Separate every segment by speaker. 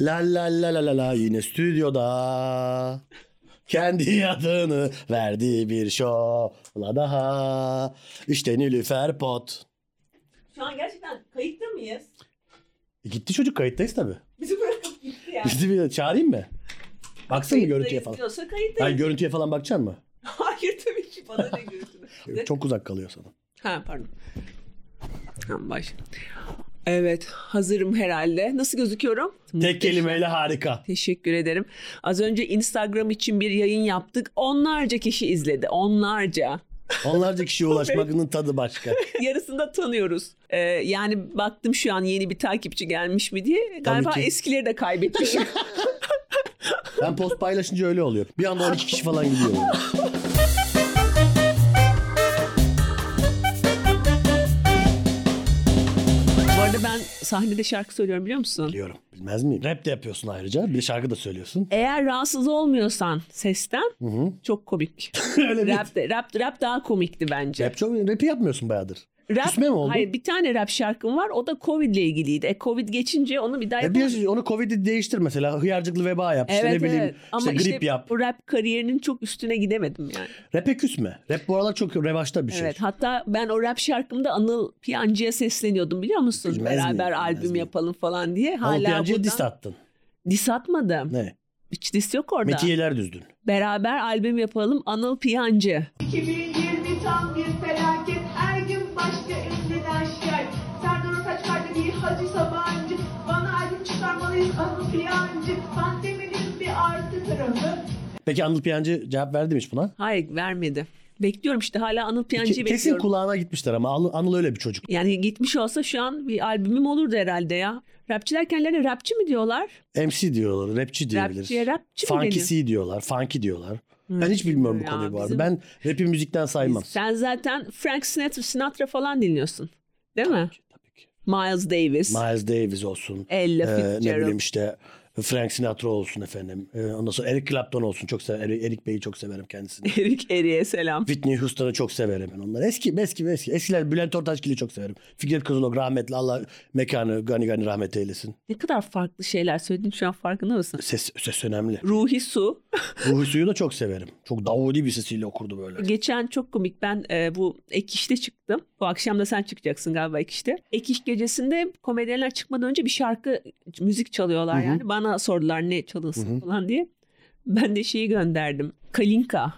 Speaker 1: La la la la la la yine stüdyoda. Kendi adını verdiği bir şovla daha. İşte Nilüfer Pot.
Speaker 2: Şu an gerçekten kayıtta mıyız?
Speaker 1: E gitti çocuk kayıttayız tabii.
Speaker 2: Bizi bırakıp gitti ya.
Speaker 1: Bizi bir çağırayım mı? Baksana bir görüntüye
Speaker 2: Kayıttayız
Speaker 1: falan.
Speaker 2: Diyorsa
Speaker 1: Hayır
Speaker 2: kayıttayız.
Speaker 1: görüntüye falan bakacaksın mı?
Speaker 2: Hayır tabii ki bana ne görüntüde.
Speaker 1: Çok uzak kalıyor sana.
Speaker 2: ha pardon. Tamam baş. Evet hazırım herhalde. Nasıl gözüküyorum?
Speaker 1: Tek kelimeyle harika.
Speaker 2: Teşekkür ederim. Az önce Instagram için bir yayın yaptık. Onlarca kişi izledi. Onlarca.
Speaker 1: Onlarca kişiye ulaşmanın tadı başka.
Speaker 2: Yarısını da tanıyoruz. Ee, yani baktım şu an yeni bir takipçi gelmiş mi diye. Galiba
Speaker 1: ki.
Speaker 2: eskileri de kaybetmişim.
Speaker 1: Ben post paylaşınca öyle oluyor. Bir anda 12 kişi falan gidiyor. böyle.
Speaker 2: Bu arada ben sahnede şarkı söylüyorum biliyor musun?
Speaker 1: Biliyorum. Bilmez miyim? Rap de yapıyorsun ayrıca. Bir de şarkı da söylüyorsun.
Speaker 2: Eğer rahatsız olmuyorsan sesten çok komik.
Speaker 1: öyle bir... Rap.
Speaker 2: rap, de- rap, rap daha komikti bence.
Speaker 1: Rap çok, rapi yapmıyorsun bayağıdır.
Speaker 2: Rap,
Speaker 1: Küsme mi oldu?
Speaker 2: Hayır bir tane rap şarkım var o da Covid ile ilgiliydi. E, Covid geçince onu bir daha
Speaker 1: E
Speaker 2: yapamadım.
Speaker 1: bir, onu Covid'i değiştir mesela. Hıyarcıklı veba yap. işte ne bileyim. işte grip yap.
Speaker 2: bu rap kariyerinin çok üstüne gidemedim yani.
Speaker 1: Rap'e küsme. Rap bu aralar çok revaçta bir şey.
Speaker 2: Evet hatta ben o rap şarkımda Anıl Piyancı'ya sesleniyordum biliyor musun?
Speaker 1: Bilmez miyim,
Speaker 2: Beraber
Speaker 1: bilmez
Speaker 2: albüm
Speaker 1: miyim.
Speaker 2: yapalım falan diye.
Speaker 1: Hala
Speaker 2: Hala
Speaker 1: Piyancı'ya
Speaker 2: buradan...
Speaker 1: diss attın.
Speaker 2: Diss atmadım.
Speaker 1: Ne?
Speaker 2: Hiç diss yok orada.
Speaker 1: Metiyeler düzdün.
Speaker 2: Beraber albüm yapalım Anıl Piyancı.
Speaker 3: 2020 tam bir felaket Her gün başka ünlüden şikayet Serdar Ortaç Kardemir, Hacı Sabancı Bana albüm çıkarmalıyız anı piyancı Pandeminin bir artı tarafı
Speaker 1: Peki Anıl Piyancı cevap verdi mi hiç buna?
Speaker 2: Hayır vermedi. Bekliyorum işte hala Anıl
Speaker 1: Ke-
Speaker 2: Piyancı'yı
Speaker 1: kesin
Speaker 2: bekliyorum.
Speaker 1: kulağına gitmişler ama Anıl, Anıl öyle bir çocuk.
Speaker 2: Yani gitmiş olsa şu an bir albümüm olurdu herhalde ya. Rapçiler kendilerine rapçi mi diyorlar?
Speaker 1: MC diyorlar, rapçi diyebilir.
Speaker 2: Rapçiye rapçi mi
Speaker 1: Funky
Speaker 2: deniyor?
Speaker 1: C diyorlar, funky diyorlar. ben hiç bilmiyorum bu
Speaker 2: ya,
Speaker 1: konuyu bu arada.
Speaker 2: bizim-
Speaker 1: Ben rap'i müzikten saymam.
Speaker 2: Sen zaten Frank Sinatra, Sinatra falan dinliyorsun. Değil mi?
Speaker 1: Tabii ki.
Speaker 2: Miles Davis,
Speaker 1: Miles Davis olsun.
Speaker 2: Ella
Speaker 1: Ee, ne
Speaker 2: Fitzgerald.
Speaker 1: bileyim işte Frank Sinatra olsun efendim. Ee, ondan sonra Eric Clapton olsun. Çok severim. Eric Bey'i çok severim kendisini.
Speaker 2: Eric Eri'ye selam.
Speaker 1: Whitney Houston'ı çok severim ben onları. Eski, eski, eski. Eskiler Bülent Ortaçgil'i çok severim. Fikret Kızılok rahmetli. Allah mekanı gani gani rahmet eylesin.
Speaker 2: Ne kadar farklı şeyler söyledin şu an farkında mısın?
Speaker 1: Ses, ses önemli.
Speaker 2: Ruhi Su.
Speaker 1: Ruhi Suyu da çok severim. Çok davudi bir sesiyle okurdu böyle.
Speaker 2: Geçen çok komik ben e, bu ek işte çıktım. Bu akşam da sen çıkacaksın galiba ek işte. Ek iş gecesinde komedyenler çıkmadan önce bir şarkı müzik çalıyorlar
Speaker 1: Hı hı.
Speaker 2: yani. Bana sordular ne çalınsın
Speaker 1: Hı hı.
Speaker 2: falan diye. Ben de şeyi gönderdim. Kalinka.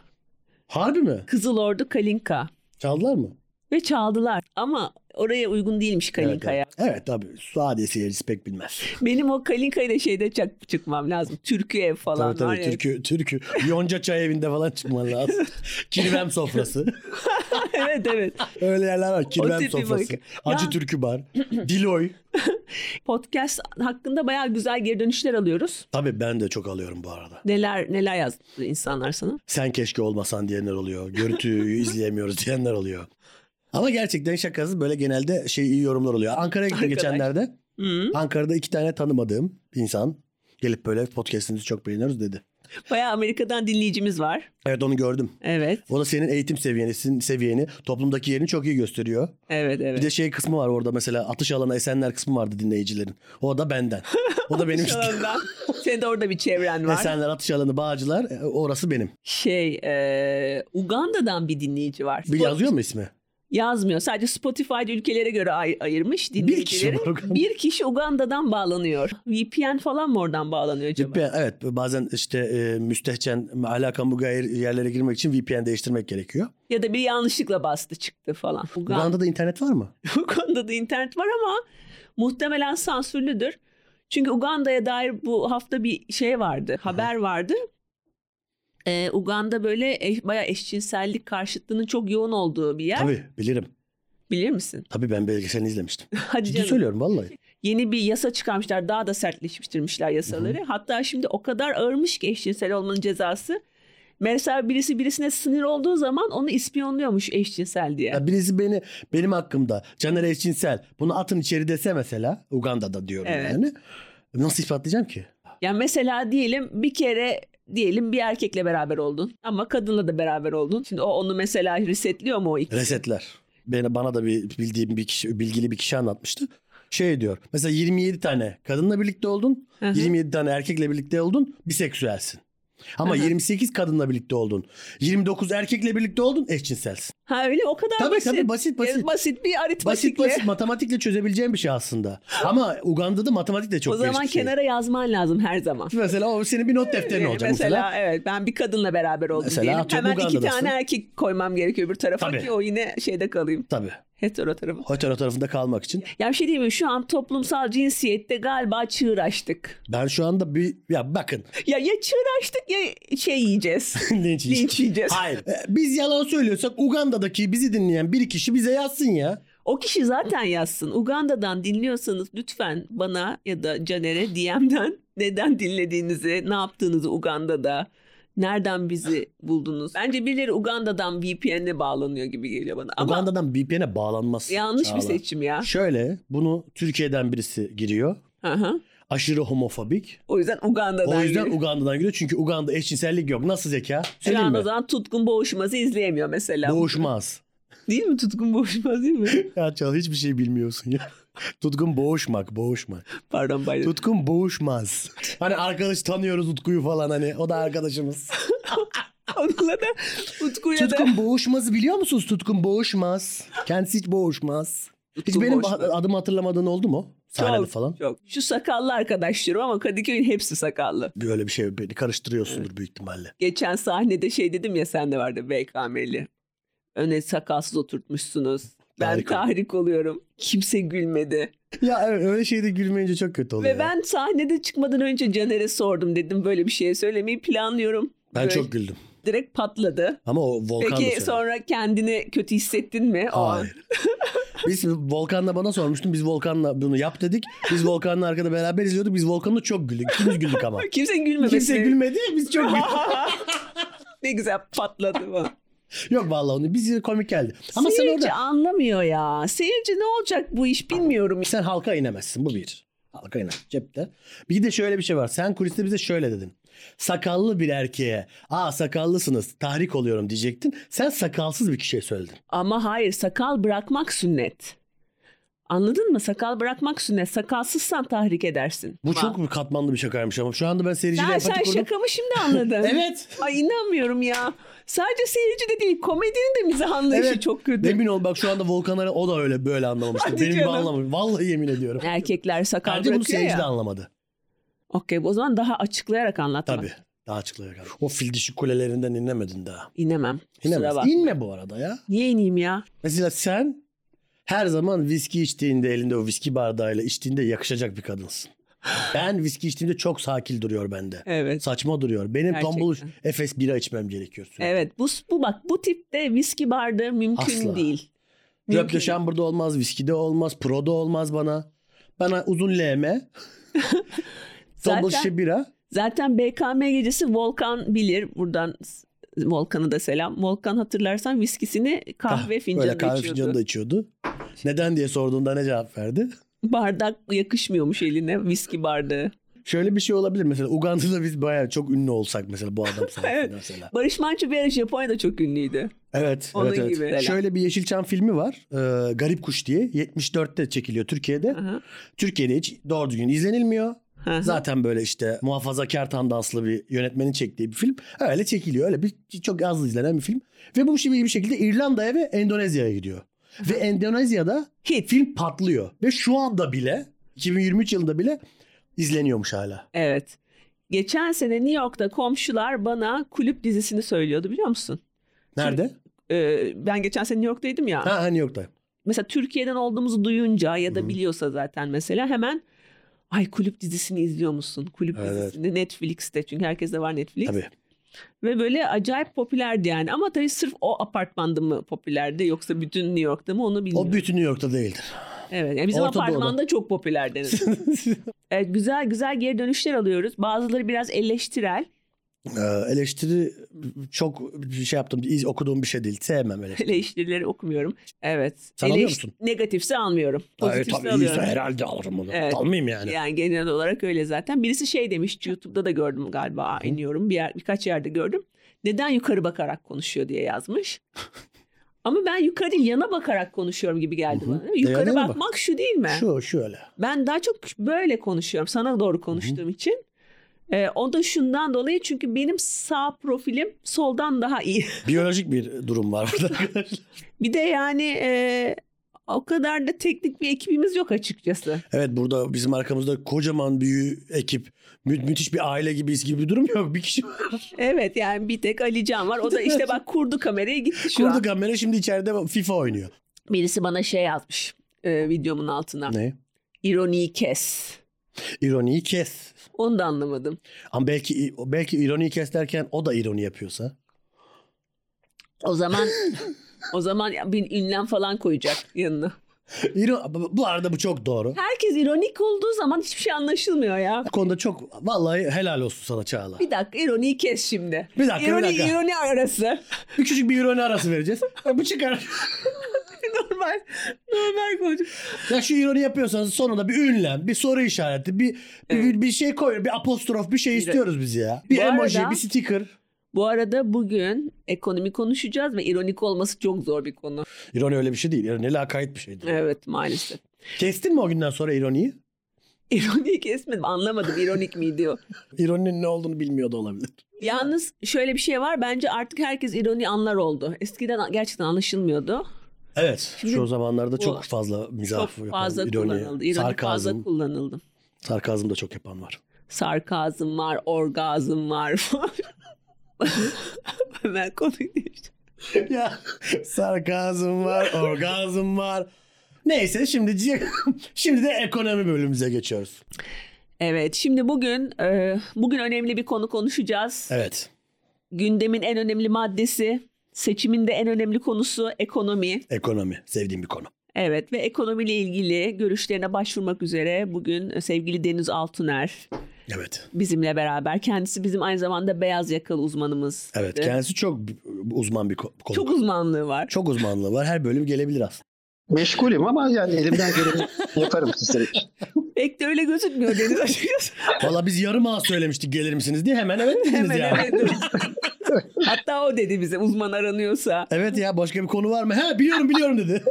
Speaker 1: Harbi mi?
Speaker 2: Kızıl Ordu Kalinka.
Speaker 1: Çaldılar mı?
Speaker 2: Ve çaldılar ama oraya uygun değilmiş Kalinka'ya.
Speaker 1: Evet, evet. evet tabii. Suadiye seyircisi pek bilmez.
Speaker 2: Benim o Kalinka'yı da şeyde çak- çıkmam lazım. Türkü ev falan
Speaker 1: Tabii tabii
Speaker 2: var ya.
Speaker 1: türkü, türkü. Yonca çay evinde falan çıkman lazım. Kirvem sofrası.
Speaker 2: evet evet.
Speaker 1: Öyle yerler var.
Speaker 2: O
Speaker 1: Kirvem
Speaker 2: tipi
Speaker 1: sofrası.
Speaker 2: bak.
Speaker 1: Acı
Speaker 2: Ya-
Speaker 1: türkü bar. Diloy.
Speaker 2: Podcast hakkında bayağı güzel geri dönüşler alıyoruz.
Speaker 1: Tabii ben de çok alıyorum bu arada.
Speaker 2: Neler neler yazdı insanlar sana?
Speaker 1: Sen keşke olmasan diyenler oluyor. Görüntüyü izleyemiyoruz diyenler oluyor. Ama gerçekten şakasız böyle genelde şey iyi yorumlar oluyor. Ankara'ya gittim
Speaker 2: Arkadaş.
Speaker 1: geçenlerde.
Speaker 2: Hı.
Speaker 1: Ankara'da iki tane tanımadığım insan gelip böyle podcastinizi çok beğeniyoruz dedi.
Speaker 2: Bayağı Amerika'dan dinleyicimiz var.
Speaker 1: Evet onu gördüm.
Speaker 2: Evet.
Speaker 1: O da senin eğitim seviyeni, sin- seviyeni, toplumdaki yerini çok iyi gösteriyor.
Speaker 2: Evet evet.
Speaker 1: Bir de şey kısmı var orada mesela atış alanı esenler kısmı vardı dinleyicilerin. O da benden. O da benim
Speaker 2: Şu
Speaker 1: işte.
Speaker 2: anda senin de orada bir çevren var.
Speaker 1: Esenler atış alanı bağcılar e, orası benim.
Speaker 2: Şey e, Uganda'dan bir dinleyici var.
Speaker 1: Bir
Speaker 2: Spot-
Speaker 1: yazıyor mu ismi?
Speaker 2: Yazmıyor. Sadece Spotify'da ülkelere göre ay- ayırmış dinleyicileri.
Speaker 1: kişi var Uganda.
Speaker 2: Bir kişi Uganda'dan bağlanıyor. VPN falan mı oradan bağlanıyor acaba?
Speaker 1: VPN, evet bazen işte e, müstehcen alakamı gayr yerlere girmek için VPN değiştirmek gerekiyor.
Speaker 2: Ya da biri yanlışlıkla bastı çıktı falan. Uganda.
Speaker 1: Uganda'da internet var mı?
Speaker 2: Uganda'da internet var ama muhtemelen sansürlüdür. Çünkü Uganda'ya dair bu hafta bir şey vardı, haber vardı. Ee, Uganda böyle eş, bayağı eşcinsellik karşıtlığının çok yoğun olduğu bir yer.
Speaker 1: Tabii bilirim.
Speaker 2: Bilir misin?
Speaker 1: Tabii ben belgeselini izlemiştim.
Speaker 2: Hadi
Speaker 1: Ciddi
Speaker 2: canım.
Speaker 1: söylüyorum vallahi.
Speaker 2: Yeni bir yasa çıkarmışlar. Daha da sertleştirmişler yasaları. Hatta şimdi o kadar ağırmış ki eşcinsel olmanın cezası. Mesela birisi birisine sinir olduğu zaman onu ispiyonluyormuş eşcinsel diye.
Speaker 1: Ya birisi beni benim hakkımda Caner Eşcinsel bunu atın içeri dese mesela Uganda'da diyorum
Speaker 2: Evet.
Speaker 1: yani. Nasıl ispatlayacağım ki?
Speaker 2: Ya mesela diyelim bir kere diyelim bir erkekle beraber oldun ama kadınla da beraber oldun. Şimdi o onu mesela resetliyor mu o ikisi?
Speaker 1: Resetler. Beni, bana da bir bildiğim bir kişi, bilgili bir kişi anlatmıştı. şey diyor. Mesela 27 tane kadınla birlikte oldun.
Speaker 2: Hı hı.
Speaker 1: 27 tane erkekle birlikte oldun. Biseksüelsin. Ama
Speaker 2: Hı hı.
Speaker 1: 28 kadınla birlikte oldun. 29 erkekle birlikte oldun eşcinselsin.
Speaker 2: Ha öyle o kadar
Speaker 1: Tabii
Speaker 2: basit.
Speaker 1: tabii basit basit.
Speaker 2: Yani basit bir
Speaker 1: Basit
Speaker 2: aritmetikle.
Speaker 1: basit matematikle çözebileceğim bir şey aslında. Ama Uganda'da matematik de çok
Speaker 2: o zaman
Speaker 1: geniş bir şey.
Speaker 2: kenara yazman lazım her zaman.
Speaker 1: Mesela o senin bir not defterin
Speaker 2: Ee,
Speaker 1: olacak
Speaker 2: mesela,
Speaker 1: mesela.
Speaker 2: evet ben bir kadınla beraber oldum
Speaker 1: Mesela
Speaker 2: diyelim.
Speaker 1: atıyorum
Speaker 2: Hemen iki
Speaker 1: Uganda'dasın.
Speaker 2: tane erkek koymam gerekiyor bir tarafa
Speaker 1: Tabii.
Speaker 2: ki o yine şeyde kalayım.
Speaker 1: Tabii.
Speaker 2: Hetero tarafı.
Speaker 1: Hetero tarafında kalmak için.
Speaker 2: Ya bir şey diyeyim mi? Şu an toplumsal cinsiyette galiba çığır açtık.
Speaker 1: Ben şu anda bir ya bakın
Speaker 2: Ya ya çığır açtık ya şey yiyeceğiz.
Speaker 1: linç, yiyeceğim.
Speaker 2: Linç yiyeceğiz.
Speaker 1: Hayır. e, Biz yalan söylüyorsak Uganda'daki bizi dinleyen bir kişi bize yazsın ya.
Speaker 2: O kişi zaten yazsın. Uganda'dan dinliyorsanız lütfen bana ya da Caner'e DM'den neden dinlediğinizi, ne yaptığınızı Uganda'da, nereden bizi buldunuz. Bence birileri Uganda'dan VPN'e bağlanıyor gibi geliyor bana. Ama
Speaker 1: Uganda'dan VPN'e e bağlanmaz.
Speaker 2: yanlış
Speaker 1: Çağla.
Speaker 2: bir seçim ya.
Speaker 1: Şöyle bunu Türkiye'den birisi giriyor.
Speaker 2: Hı hı.
Speaker 1: Aşırı homofobik.
Speaker 2: O yüzden Uganda'dan.
Speaker 1: o yüzden
Speaker 2: geliyor.
Speaker 1: Uganda'dan giriyor. Çünkü Uganda eşcinsellik yok. Nasıl zeka? Söyleyeyim
Speaker 2: Şu an
Speaker 1: mi?
Speaker 2: o zaman Tutkun Boğuşmaz'ı izleyemiyor mesela.
Speaker 1: Boğuşmaz.
Speaker 2: Değil mi Tutkun Boğuşmaz değil mi?
Speaker 1: Ya Çal hiçbir şey bilmiyorsun ya. Tutkun boğuşmak, boğuşmak.
Speaker 2: Pardon bayram.
Speaker 1: Tutkun boğuşmaz. Hani arkadaş tanıyoruz Utku'yu falan hani. O da arkadaşımız.
Speaker 2: Onunla da Utku'ya da.
Speaker 1: Tutkun boğuşmazı biliyor musunuz? Tutkun boğuşmaz. Kendisi hiç boğuşmaz. Hiç
Speaker 2: Tutkun
Speaker 1: benim
Speaker 2: Boğuşmaz.
Speaker 1: ba- adımı hatırlamadığın oldu mu? Sahnede
Speaker 2: Çok,
Speaker 1: falan.
Speaker 2: Çok. Şu sakallı arkadaşlarım ama Kadıköy'ün hepsi sakallı.
Speaker 1: Böyle bir şey beni karıştırıyorsundur büyük ihtimalle.
Speaker 2: geçen sahnede şey dedim ya sende vardı BKM'li. Öne sakalsız oturtmuşsunuz. Ben
Speaker 1: Harika.
Speaker 2: tahrik oluyorum. Kimse gülmedi.
Speaker 1: Ya evet, öyle şeyde gülmeyince çok kötü oluyor.
Speaker 2: Ve ben sahnede çıkmadan önce Caner'e sordum dedim böyle bir şey söylemeyi planlıyorum.
Speaker 1: Ben
Speaker 2: Böyle
Speaker 1: çok güldüm.
Speaker 2: direkt patladı.
Speaker 1: Ama o Volkan da
Speaker 2: Peki
Speaker 1: söyledi.
Speaker 2: sonra kendini kötü hissettin mi? O an.
Speaker 1: Hayır. biz Volkan'la bana sormuştun. Biz Volkan'la bunu yap dedik. Biz Volkan'la arkada beraber izliyorduk. Biz Volkan'la çok güldük. İkimiz güldük ama.
Speaker 2: Kimse gülmemesi.
Speaker 1: Kimse gülmedi. Biz çok güldük.
Speaker 2: ne güzel patladı bu.
Speaker 1: Yok vallahi onu. Biz komik geldi. Ama sen
Speaker 2: Seyirci
Speaker 1: orada
Speaker 2: anlamıyor ya. Seyirci ne olacak bu iş bilmiyorum.
Speaker 1: sen halka inemezsin. Bu bir. Halka iner. Cepte. Bir de şöyle bir şey var. Sen kuliste bize şöyle dedin. Sakallı bir erkeğe aa sakallısınız tahrik oluyorum diyecektin. Sen sakalsız bir kişiye söyledin.
Speaker 2: Ama hayır sakal bırakmak sünnet. Anladın mı? Sakal bırakmak sünnet. Sakalsızsan tahrik edersin.
Speaker 1: Bu
Speaker 2: Ama-
Speaker 1: çok bir katmanlı bir şakaymış ama şu anda ben seyirciyle
Speaker 2: Sen, sen
Speaker 1: empati kurdum.
Speaker 2: şakamı şimdi anladın.
Speaker 1: Evet.
Speaker 2: Ay inanmıyorum ya. Sadece seyirci de değil komedinin de mizah anlayışı
Speaker 1: Evet.
Speaker 2: çok kötü.
Speaker 1: Emin ol bak şu anda Volkan'a o da öyle böyle anlamamıştı.
Speaker 2: Hadi
Speaker 1: Benim gibi
Speaker 2: canım.
Speaker 1: anlamamış. Vallahi yemin ediyorum.
Speaker 2: Erkekler sakal
Speaker 1: Bence bunu
Speaker 2: bırakıyor
Speaker 1: seyirci de
Speaker 2: ya.
Speaker 1: anlamadı.
Speaker 2: Okey o zaman daha açıklayarak anlatma.
Speaker 1: Tabii. Daha açıklayarak. O fil dişi kulelerinden inlemedin daha.
Speaker 2: İnemem.
Speaker 1: İnemez.
Speaker 2: Kusura bak.
Speaker 1: İnme bu arada ya.
Speaker 2: Niye ineyim ya?
Speaker 1: Mesela sen her zaman viski içtiğinde elinde o viski bardağıyla içtiğinde yakışacak bir kadınsın. Ben viski içtiğimde çok sakil duruyor bende.
Speaker 2: Evet.
Speaker 1: Saçma duruyor. Benim
Speaker 2: Gerçekten.
Speaker 1: tombul Efes bira içmem gerekiyor sürekli.
Speaker 2: Evet bu, bu bak bu tipte viski bardağı mümkün
Speaker 1: Asla.
Speaker 2: değil.
Speaker 1: Röp de şamburda olmaz, viskide olmaz, proda olmaz bana. Bana uzun LM, tombul
Speaker 2: Zaten-
Speaker 1: şişe bira.
Speaker 2: Zaten BKM gecesi Volkan bilir. Buradan s- Volkan'a da selam. Volkan hatırlarsan viskisini
Speaker 1: Kah-
Speaker 2: kahve
Speaker 1: Ah, Böyle
Speaker 2: fincanında
Speaker 1: kahve
Speaker 2: içiyordu.
Speaker 1: fincanında içiyordu. Neden diye sorduğunda ne cevap verdi?
Speaker 2: Bardak yakışmıyormuş eline viski bardağı.
Speaker 1: Şöyle bir şey olabilir mesela Uganda'da biz bayağı çok ünlü olsak mesela bu adam sayesinde
Speaker 2: Evet.
Speaker 1: mesela.
Speaker 2: Barış Manço bir ara Japonya'da çok ünlüydü.
Speaker 1: Evet,
Speaker 2: Onun
Speaker 1: evet, evet.
Speaker 2: gibi.
Speaker 1: Şöyle bir Yeşilçam filmi var. e, Garip Kuş diye. 74'te çekiliyor Türkiye'de.
Speaker 2: Aha.
Speaker 1: Türkiye'de hiç doğru düzgün izlenilmiyor.
Speaker 2: Aha.
Speaker 1: Zaten böyle işte muhafazakar tandanslı bir yönetmenin çektiği bir film. Öyle çekiliyor. Öyle bir çok az izlenen bir film. Ve bu şey bir şekilde İrlanda'ya ve Endonezya'ya gidiyor. Ve Endonezya'da
Speaker 2: Hit.
Speaker 1: film patlıyor. Ve şu anda bile 2023 yılında bile izleniyormuş hala.
Speaker 2: Evet. Geçen sene New York'ta komşular bana kulüp dizisini söylüyordu biliyor musun?
Speaker 1: Nerede?
Speaker 2: Ee, ben geçen sene New York'taydım ya.
Speaker 1: Ha, ha New York'ta.
Speaker 2: Mesela Türkiye'den olduğumuzu duyunca ya da biliyorsa zaten mesela hemen ay kulüp dizisini izliyor musun? Kulüp
Speaker 1: Evet.
Speaker 2: dizisini Netflix'te çünkü herkeste var Netflix.
Speaker 1: Tabii.
Speaker 2: Ve böyle acayip popülerdi yani. Ama tabii sırf o apartmanda mı popülerdi yoksa bütün New York'ta mı onu bilmiyorum.
Speaker 1: O bütün New York'ta değildi.
Speaker 2: evet. Yani bizim
Speaker 1: Orta Doğu'da.
Speaker 2: apartmanda çok popülerdi. en azından. evet, güzel güzel geri dönüşler alıyoruz. Bazıları biraz eleştirel.
Speaker 1: Ee, eleştiri çok bir şey yaptım iz- okuduğum bir şey değil. Sevmem eleştiri.
Speaker 2: Eleştirileri okumuyorum. Evet.
Speaker 1: Sen alıyor musun?
Speaker 2: Negatifse almıyorum.
Speaker 1: Ha, evet,
Speaker 2: Pozitifse
Speaker 1: tabii iyiyse
Speaker 2: şey alıyorum.
Speaker 1: herhalde alırım onu.
Speaker 2: Evet.
Speaker 1: Almayayım yani.
Speaker 2: Yani genel olarak öyle zaten. Birisi şey demiş YouTube'da da gördüm galiba Aa, iniyorum bir yer, birkaç yerde gördüm. Neden yukarı bakarak konuşuyor diye yazmış. Ama ben yukarı yana bakarak konuşuyorum gibi geldi
Speaker 1: Hı hı.
Speaker 2: bana. değil mi? Yukarı
Speaker 1: Yana bak.
Speaker 2: bakmak şu değil mi?
Speaker 1: Şu şöyle.
Speaker 2: Ben daha çok böyle konuşuyorum sana doğru konuştuğum için. Ee, o da şundan dolayı çünkü benim sağ profilim soldan daha iyi.
Speaker 1: Biyolojik bir durum var burada arkadaşlar.
Speaker 2: Bir de yani e, o kadar da teknik bir ekibimiz yok açıkçası.
Speaker 1: Evet burada bizim arkamızda kocaman büyük ekip, mü- müthiş bir aile gibiyiz gibi bir durum yok. Bir kişi
Speaker 2: Evet yani bir tek Ali Can var. O da işte bak kurdu kamerayı gitti şu
Speaker 1: kurdu
Speaker 2: an.
Speaker 1: kamera şimdi içeride FIFA oynuyor.
Speaker 2: Birisi bana şey yazmış e, videomun altına.
Speaker 1: Ne?
Speaker 2: İroniyi kes.
Speaker 1: İroniyi kes.
Speaker 2: Onu da anlamadım.
Speaker 1: Ama belki belki ironiyi kes derken o da ironi yapıyorsa.
Speaker 2: O zaman o zaman bir ünlem falan koyacak yanına.
Speaker 1: İro- bu arada bu çok doğru.
Speaker 2: Herkes ironik olduğu zaman hiçbir şey anlaşılmıyor ya.
Speaker 1: Bu konuda çok vallahi helal olsun sana Çağla.
Speaker 2: Bir dakika ironiyi kes şimdi.
Speaker 1: Bir dakika, bir
Speaker 2: ironi,
Speaker 1: dakika.
Speaker 2: ironi arası.
Speaker 1: Bir küçük bir ironi arası vereceğiz. Ya bu çıkar.
Speaker 2: normal. Normal konuş.
Speaker 1: ya şu ironi yapıyorsanız sonunda bir ünlem, bir soru işareti, bir bir, bir şey koy, bir apostrof bir şey istiyoruz biz ya. Bir
Speaker 2: Bu
Speaker 1: emoji,
Speaker 2: arada-
Speaker 1: bir sticker.
Speaker 2: Bu arada bugün ekonomi konuşacağız ve ironik olması çok zor bir konu.
Speaker 1: İroni öyle bir şey değil. İroni lakayt bir şeydir.
Speaker 2: Evet maalesef.
Speaker 1: Kestin mi o günden sonra ironiyi?
Speaker 2: İroniyi kesmedim anlamadım ironik mi diyor.
Speaker 1: İroninin ne olduğunu bilmiyor da olabilir.
Speaker 2: Yalnız şöyle bir şey var bence artık herkes ironi anlar oldu. Eskiden gerçekten anlaşılmıyordu.
Speaker 1: Evet.
Speaker 2: Şimdi
Speaker 1: şu zamanlarda
Speaker 2: bu-
Speaker 1: çok fazla mizah
Speaker 2: Çok
Speaker 1: yapan,
Speaker 2: fazla
Speaker 1: ironi,
Speaker 2: kullanıldı. İroni
Speaker 1: sarkazm,
Speaker 2: fazla kullanıldı.
Speaker 1: sarkazm da çok yapan var.
Speaker 2: sarkazm var, orgazm var. Ömer konuyu değişti.
Speaker 1: ya sarkazm var, orgazm var. Neyse şimdi şimdi de ekonomi bölümümüze geçiyoruz.
Speaker 2: Evet şimdi bugün e, bugün önemli bir konu konuşacağız.
Speaker 1: Evet.
Speaker 2: Gündemin en önemli maddesi, seçimin de en önemli konusu ekonomi.
Speaker 1: Ekonomi sevdiğim bir konu.
Speaker 2: Evet ve ekonomiyle ilgili görüşlerine başvurmak üzere bugün sevgili Deniz Altuner
Speaker 1: Evet.
Speaker 2: bizimle beraber. Kendisi bizim aynı zamanda beyaz yakalı uzmanımız. Ee,
Speaker 1: Evet. Kendisi çok uzman bir ko- konu.
Speaker 2: Çok
Speaker 1: Çok,
Speaker 2: uzmanlığı var.
Speaker 1: uzmanlığı var. Her bölüm gelebilir aslında.
Speaker 4: Meşgulüm ama yani elimden geleni yaparım sizlere.
Speaker 2: Pek de öyle gözükmüyor Deniz açıkçası.
Speaker 1: Valla biz yarım ağız söylemiştik gelir misiniz diye hemen evet dediniz
Speaker 2: Hemen
Speaker 1: yani.
Speaker 2: evet. Hatta o dedi bize uzman aranıyorsa.
Speaker 1: Evet ya başka bir konu var mı? He biliyorum biliyorum dedi.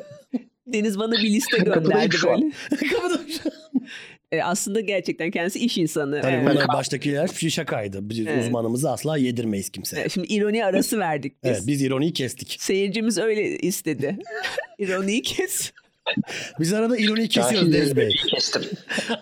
Speaker 2: Deniz bana bir liste
Speaker 4: Kapıdayım
Speaker 2: gönderdi
Speaker 4: şu an.
Speaker 2: böyle.
Speaker 1: Kapadım.
Speaker 2: E, aslında gerçekten kendisi iş insanı.
Speaker 1: Hani
Speaker 2: Evet.
Speaker 1: bunlar baştakiler bir şey şakaydı. Biz
Speaker 2: Evet.
Speaker 1: uzmanımızı asla yedirmeyiz kimseye.
Speaker 2: E, Şimdi ironi arası verdik biz.
Speaker 1: Evet biz ironiyi kestik.
Speaker 2: Seyircimiz öyle istedi. İroniyi kes.
Speaker 1: Biz arada ironiyi kesiyoruz Deniz Bey.
Speaker 4: Kestim.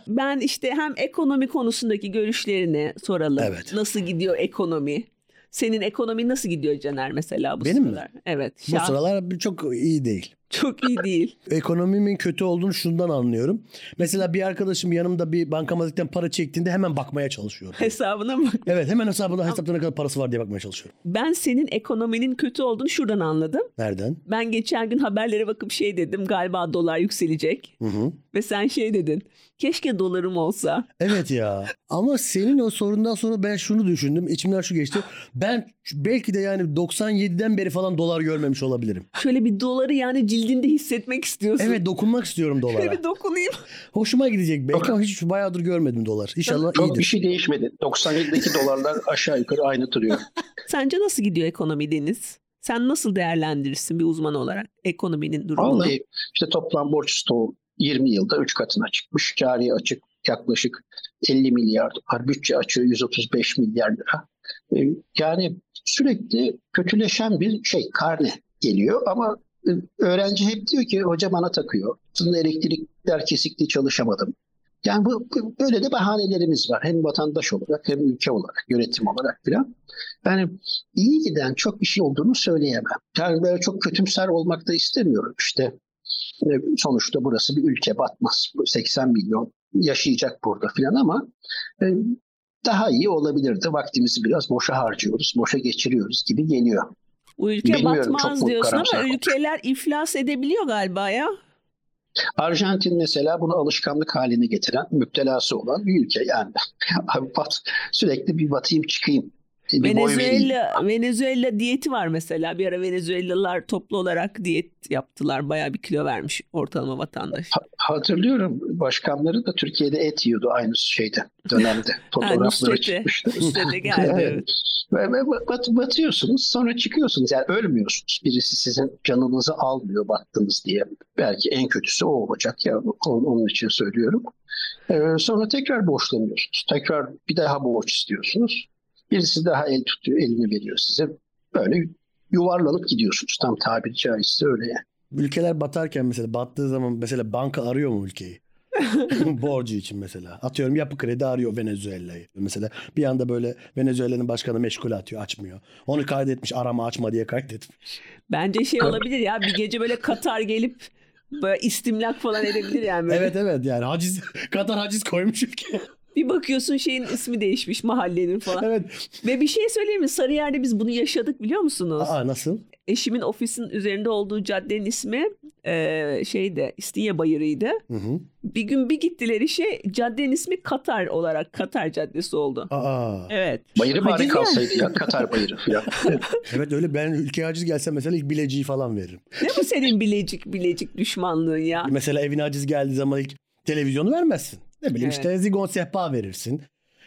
Speaker 2: Ben işte hem ekonomi konusundaki görüşlerini soralım.
Speaker 1: Evet.
Speaker 2: Nasıl gidiyor ekonomi? Senin ekonomi nasıl gidiyor Caner mesela bu
Speaker 1: Benim mi?
Speaker 2: sıralar? Evet.
Speaker 1: Bu
Speaker 2: Şah-
Speaker 1: sıralar çok iyi değil.
Speaker 2: Çok iyi değil.
Speaker 1: Ekonomimin kötü olduğunu şundan anlıyorum. Mesela bir arkadaşım yanımda bir bankamatikten para çektiğinde hemen bakmaya çalışıyorum.
Speaker 2: Hesabına bak.
Speaker 1: Evet hemen hesabında hesapta ne kadar parası var diye bakmaya çalışıyorum.
Speaker 2: Ben senin ekonominin kötü olduğunu şuradan anladım.
Speaker 1: Nereden?
Speaker 2: Ben geçen gün haberlere bakıp şey dedim galiba dolar yükselecek
Speaker 1: Hı hı.
Speaker 2: ve sen şey dedin keşke dolarım olsa.
Speaker 1: Evet ya. Ama senin o sorundan sonra ben şunu düşündüm. İçimden şu geçti. Ben belki de yani 97'den beri falan dolar görmemiş olabilirim.
Speaker 2: Şöyle bir doları yani cildinde hissetmek istiyorsun.
Speaker 1: Evet dokunmak istiyorum
Speaker 2: Şöyle
Speaker 1: dolara.
Speaker 2: bir dokunayım.
Speaker 1: Hoşuma gidecek belki ama hiç bayağıdır görmedim dolar. İnşallah
Speaker 4: Çok bir
Speaker 1: iyidir.
Speaker 4: şey değişmedi. 97'deki dolarlar aşağı yukarı aynı duruyor.
Speaker 2: Sence nasıl gidiyor ekonomi Deniz? Sen nasıl değerlendirirsin bir uzman olarak ekonominin durumunu?
Speaker 4: Vallahi işte toplam borç stoğu 20 yılda 3 katına çıkmış. Cari açık yaklaşık 50 milyar dolar. Bütçe açığı 135 milyar lira. Ee, Yani sürekli kötüleşen bir şey karne geliyor ama e, öğrenci hep diyor ki hoca bana takıyor. Aslında elektrikler kesikti çalışamadım. Yani bu, bu- böyle de bahanelerimiz var. Hem vatandaş olarak hem ülke olarak, yönetim olarak filan. Yani iyi giden çok bir şey olduğunu söyleyemem. Yani böyle çok kötümser olmak da istemiyorum. İşte e, sonuçta burası bir ülke batmaz. Bu 80 milyon yaşayacak burada filan ama e, daha iyi olabilirdi. Vaktimizi biraz boşa harcıyoruz, boşa geçiriyoruz gibi geliyor.
Speaker 2: Bu ülke
Speaker 4: Bilmiyorum,
Speaker 2: batmaz
Speaker 4: çok mu
Speaker 2: diyorsun ama
Speaker 4: karamsar?
Speaker 2: ülkeler iflas edebiliyor galiba ya.
Speaker 4: Arjantin mesela bunu alışkanlık haline getiren, müptelası olan bir ülke. Yani abi bat, sürekli bir batayım çıkayım bir boy vereyim.
Speaker 2: Venezuela, Venezuela diyeti var mesela. Bir ara Venezuelalılar toplu olarak diyet yaptılar. Bayağı bir kilo vermiş ortalama vatandaş.
Speaker 4: Ha- Hatırlıyorum başkanları da Türkiye'de et yiyordu aynı şeyde dönemde. Fotoğrafları
Speaker 2: Nusret'e.
Speaker 4: çıkmıştı.
Speaker 2: Üstelik geldi. evet.
Speaker 4: Evet. Ve- ve bat- batıyorsunuz sonra çıkıyorsunuz yani ölmüyorsunuz. Birisi sizin canınızı almıyor battınız diye. Belki en kötüsü o olacak ya onun, onun için söylüyorum. Ee, sonra tekrar borçlanıyorsunuz. Tekrar bir daha borç istiyorsunuz. Birisi daha el tutuyor elini veriyor size. Böyle yuvarlanıp gidiyorsunuz. Tam tabiri caizse öyle yani.
Speaker 1: Ülkeler batarken mesela battığı zaman mesela banka arıyor mu ülkeyi? Borcu için mesela. Atıyorum yapı kredi arıyor Venezuela'yı. Mesela bir anda böyle Venezuela'nın başkanı meşgul atıyor açmıyor. Onu kaydetmiş arama açma diye kaydetmiş.
Speaker 2: Bence şey olabilir ya bir gece böyle Katar gelip böyle istimlak falan edebilir yani. Böyle.
Speaker 1: Evet evet yani haciz Katar haciz koymuş ülkeye.
Speaker 2: Bir bakıyorsun şeyin ismi değişmiş mahallenin falan.
Speaker 1: evet.
Speaker 2: Ve bir şey söyleyeyim mi? Sarıyer'de biz bunu yaşadık biliyor musunuz?
Speaker 1: Aa nasıl?
Speaker 2: Eşimin ofisin üzerinde olduğu caddenin ismi e, şeyde İstinye Bayırı'ydı.
Speaker 1: Hı hı.
Speaker 2: Bir gün bir gittiler işe caddenin ismi Katar olarak Katar Caddesi oldu.
Speaker 1: Aa.
Speaker 2: Evet.
Speaker 4: Bayırı bari
Speaker 2: Haciz yani.
Speaker 4: kalsaydı ya Katar bayırı falan.
Speaker 1: Evet öyle ben ülkeye haciz gelse mesela ilk bileciği falan veririm.
Speaker 2: Ne bu senin bilecik bilecik düşmanlığın ya?
Speaker 1: Mesela evine haciz geldiği zaman ilk televizyonu vermezsin. Ne bileyim
Speaker 2: Evet.
Speaker 1: işte zigon sehpa verirsin.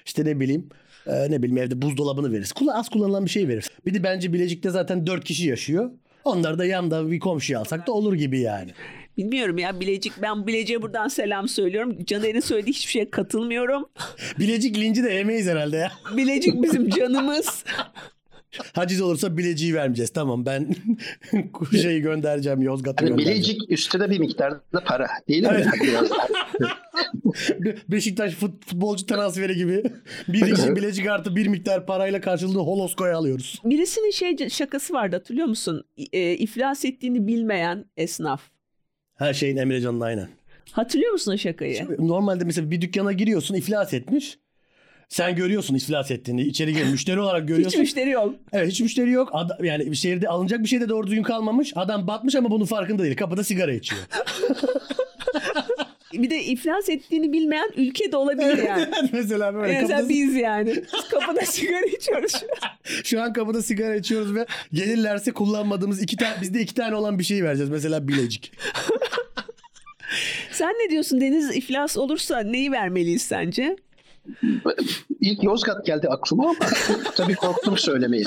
Speaker 1: İşte ne bileyim e, ne bileyim evde buzdolabını verirsin. Kula- Az kullanılan bir şey verirsin. Bir de bence Bilecik'te zaten dört kişi yaşıyor. Onlar da yanda bir komşuyu alsak da olur gibi yani.
Speaker 2: Bilmiyorum ya bilecik ben bileciğe buradan selam söylüyorum. Caner'in söylediği hiçbir şeye katılmıyorum.
Speaker 1: Bilecik linci de yemeyiz herhalde ya.
Speaker 2: Bilecik bizim canımız.
Speaker 1: Haciz olursa Bilecik'i vermeyeceğiz. Tamam ben şeyi göndereceğim Yozgat'ı
Speaker 4: Yani
Speaker 1: göndereceğim.
Speaker 4: Bilecik Hani üstüne bir miktarda para değil mi? Biraz daha.
Speaker 1: Be- Beşiktaş fut- futbolcu transferi gibi. Bir kişi Bilecik artı bir miktar parayla karşılığını Holosko'ya alıyoruz.
Speaker 2: Birisinin şey şakası vardı hatırlıyor musun? İ- e, iflas ettiğini bilmeyen esnaf.
Speaker 1: Her şeyin Emrecan'la aynen.
Speaker 2: Hatırlıyor musun o şakayı?
Speaker 1: Normalde mesela bir dükkana giriyorsun iflas etmiş. Sen görüyorsun iflas ettiğini. içeri gel müşteri olarak
Speaker 2: Hiç
Speaker 1: görüyorsun.
Speaker 2: müşteri yok.
Speaker 1: Evet hiç müşteri yok. Ada- yani şehirde alınacak bir şey de doğru düzgün kalmamış. Adam batmış ama bunun farkında değil. Kapıda sigara içiyor.
Speaker 2: Bir de iflas ettiğini bilmeyen ülke de olabilir yani.
Speaker 1: mesela böyle
Speaker 2: En
Speaker 1: kapıda,
Speaker 2: azından biz yani. Biz Kapıda sigara içiyoruz.
Speaker 1: şu an kapıda sigara içiyoruz ve gelirlerse kullanmadığımız iki tane bizde iki tane olan bir şey vereceğiz. Mesela bilecik.
Speaker 2: Sen ne diyorsun Deniz iflas olursa neyi vermeliyiz sence?
Speaker 4: İlk Yozgat geldi aklıma ama tabii korktum söylemeye.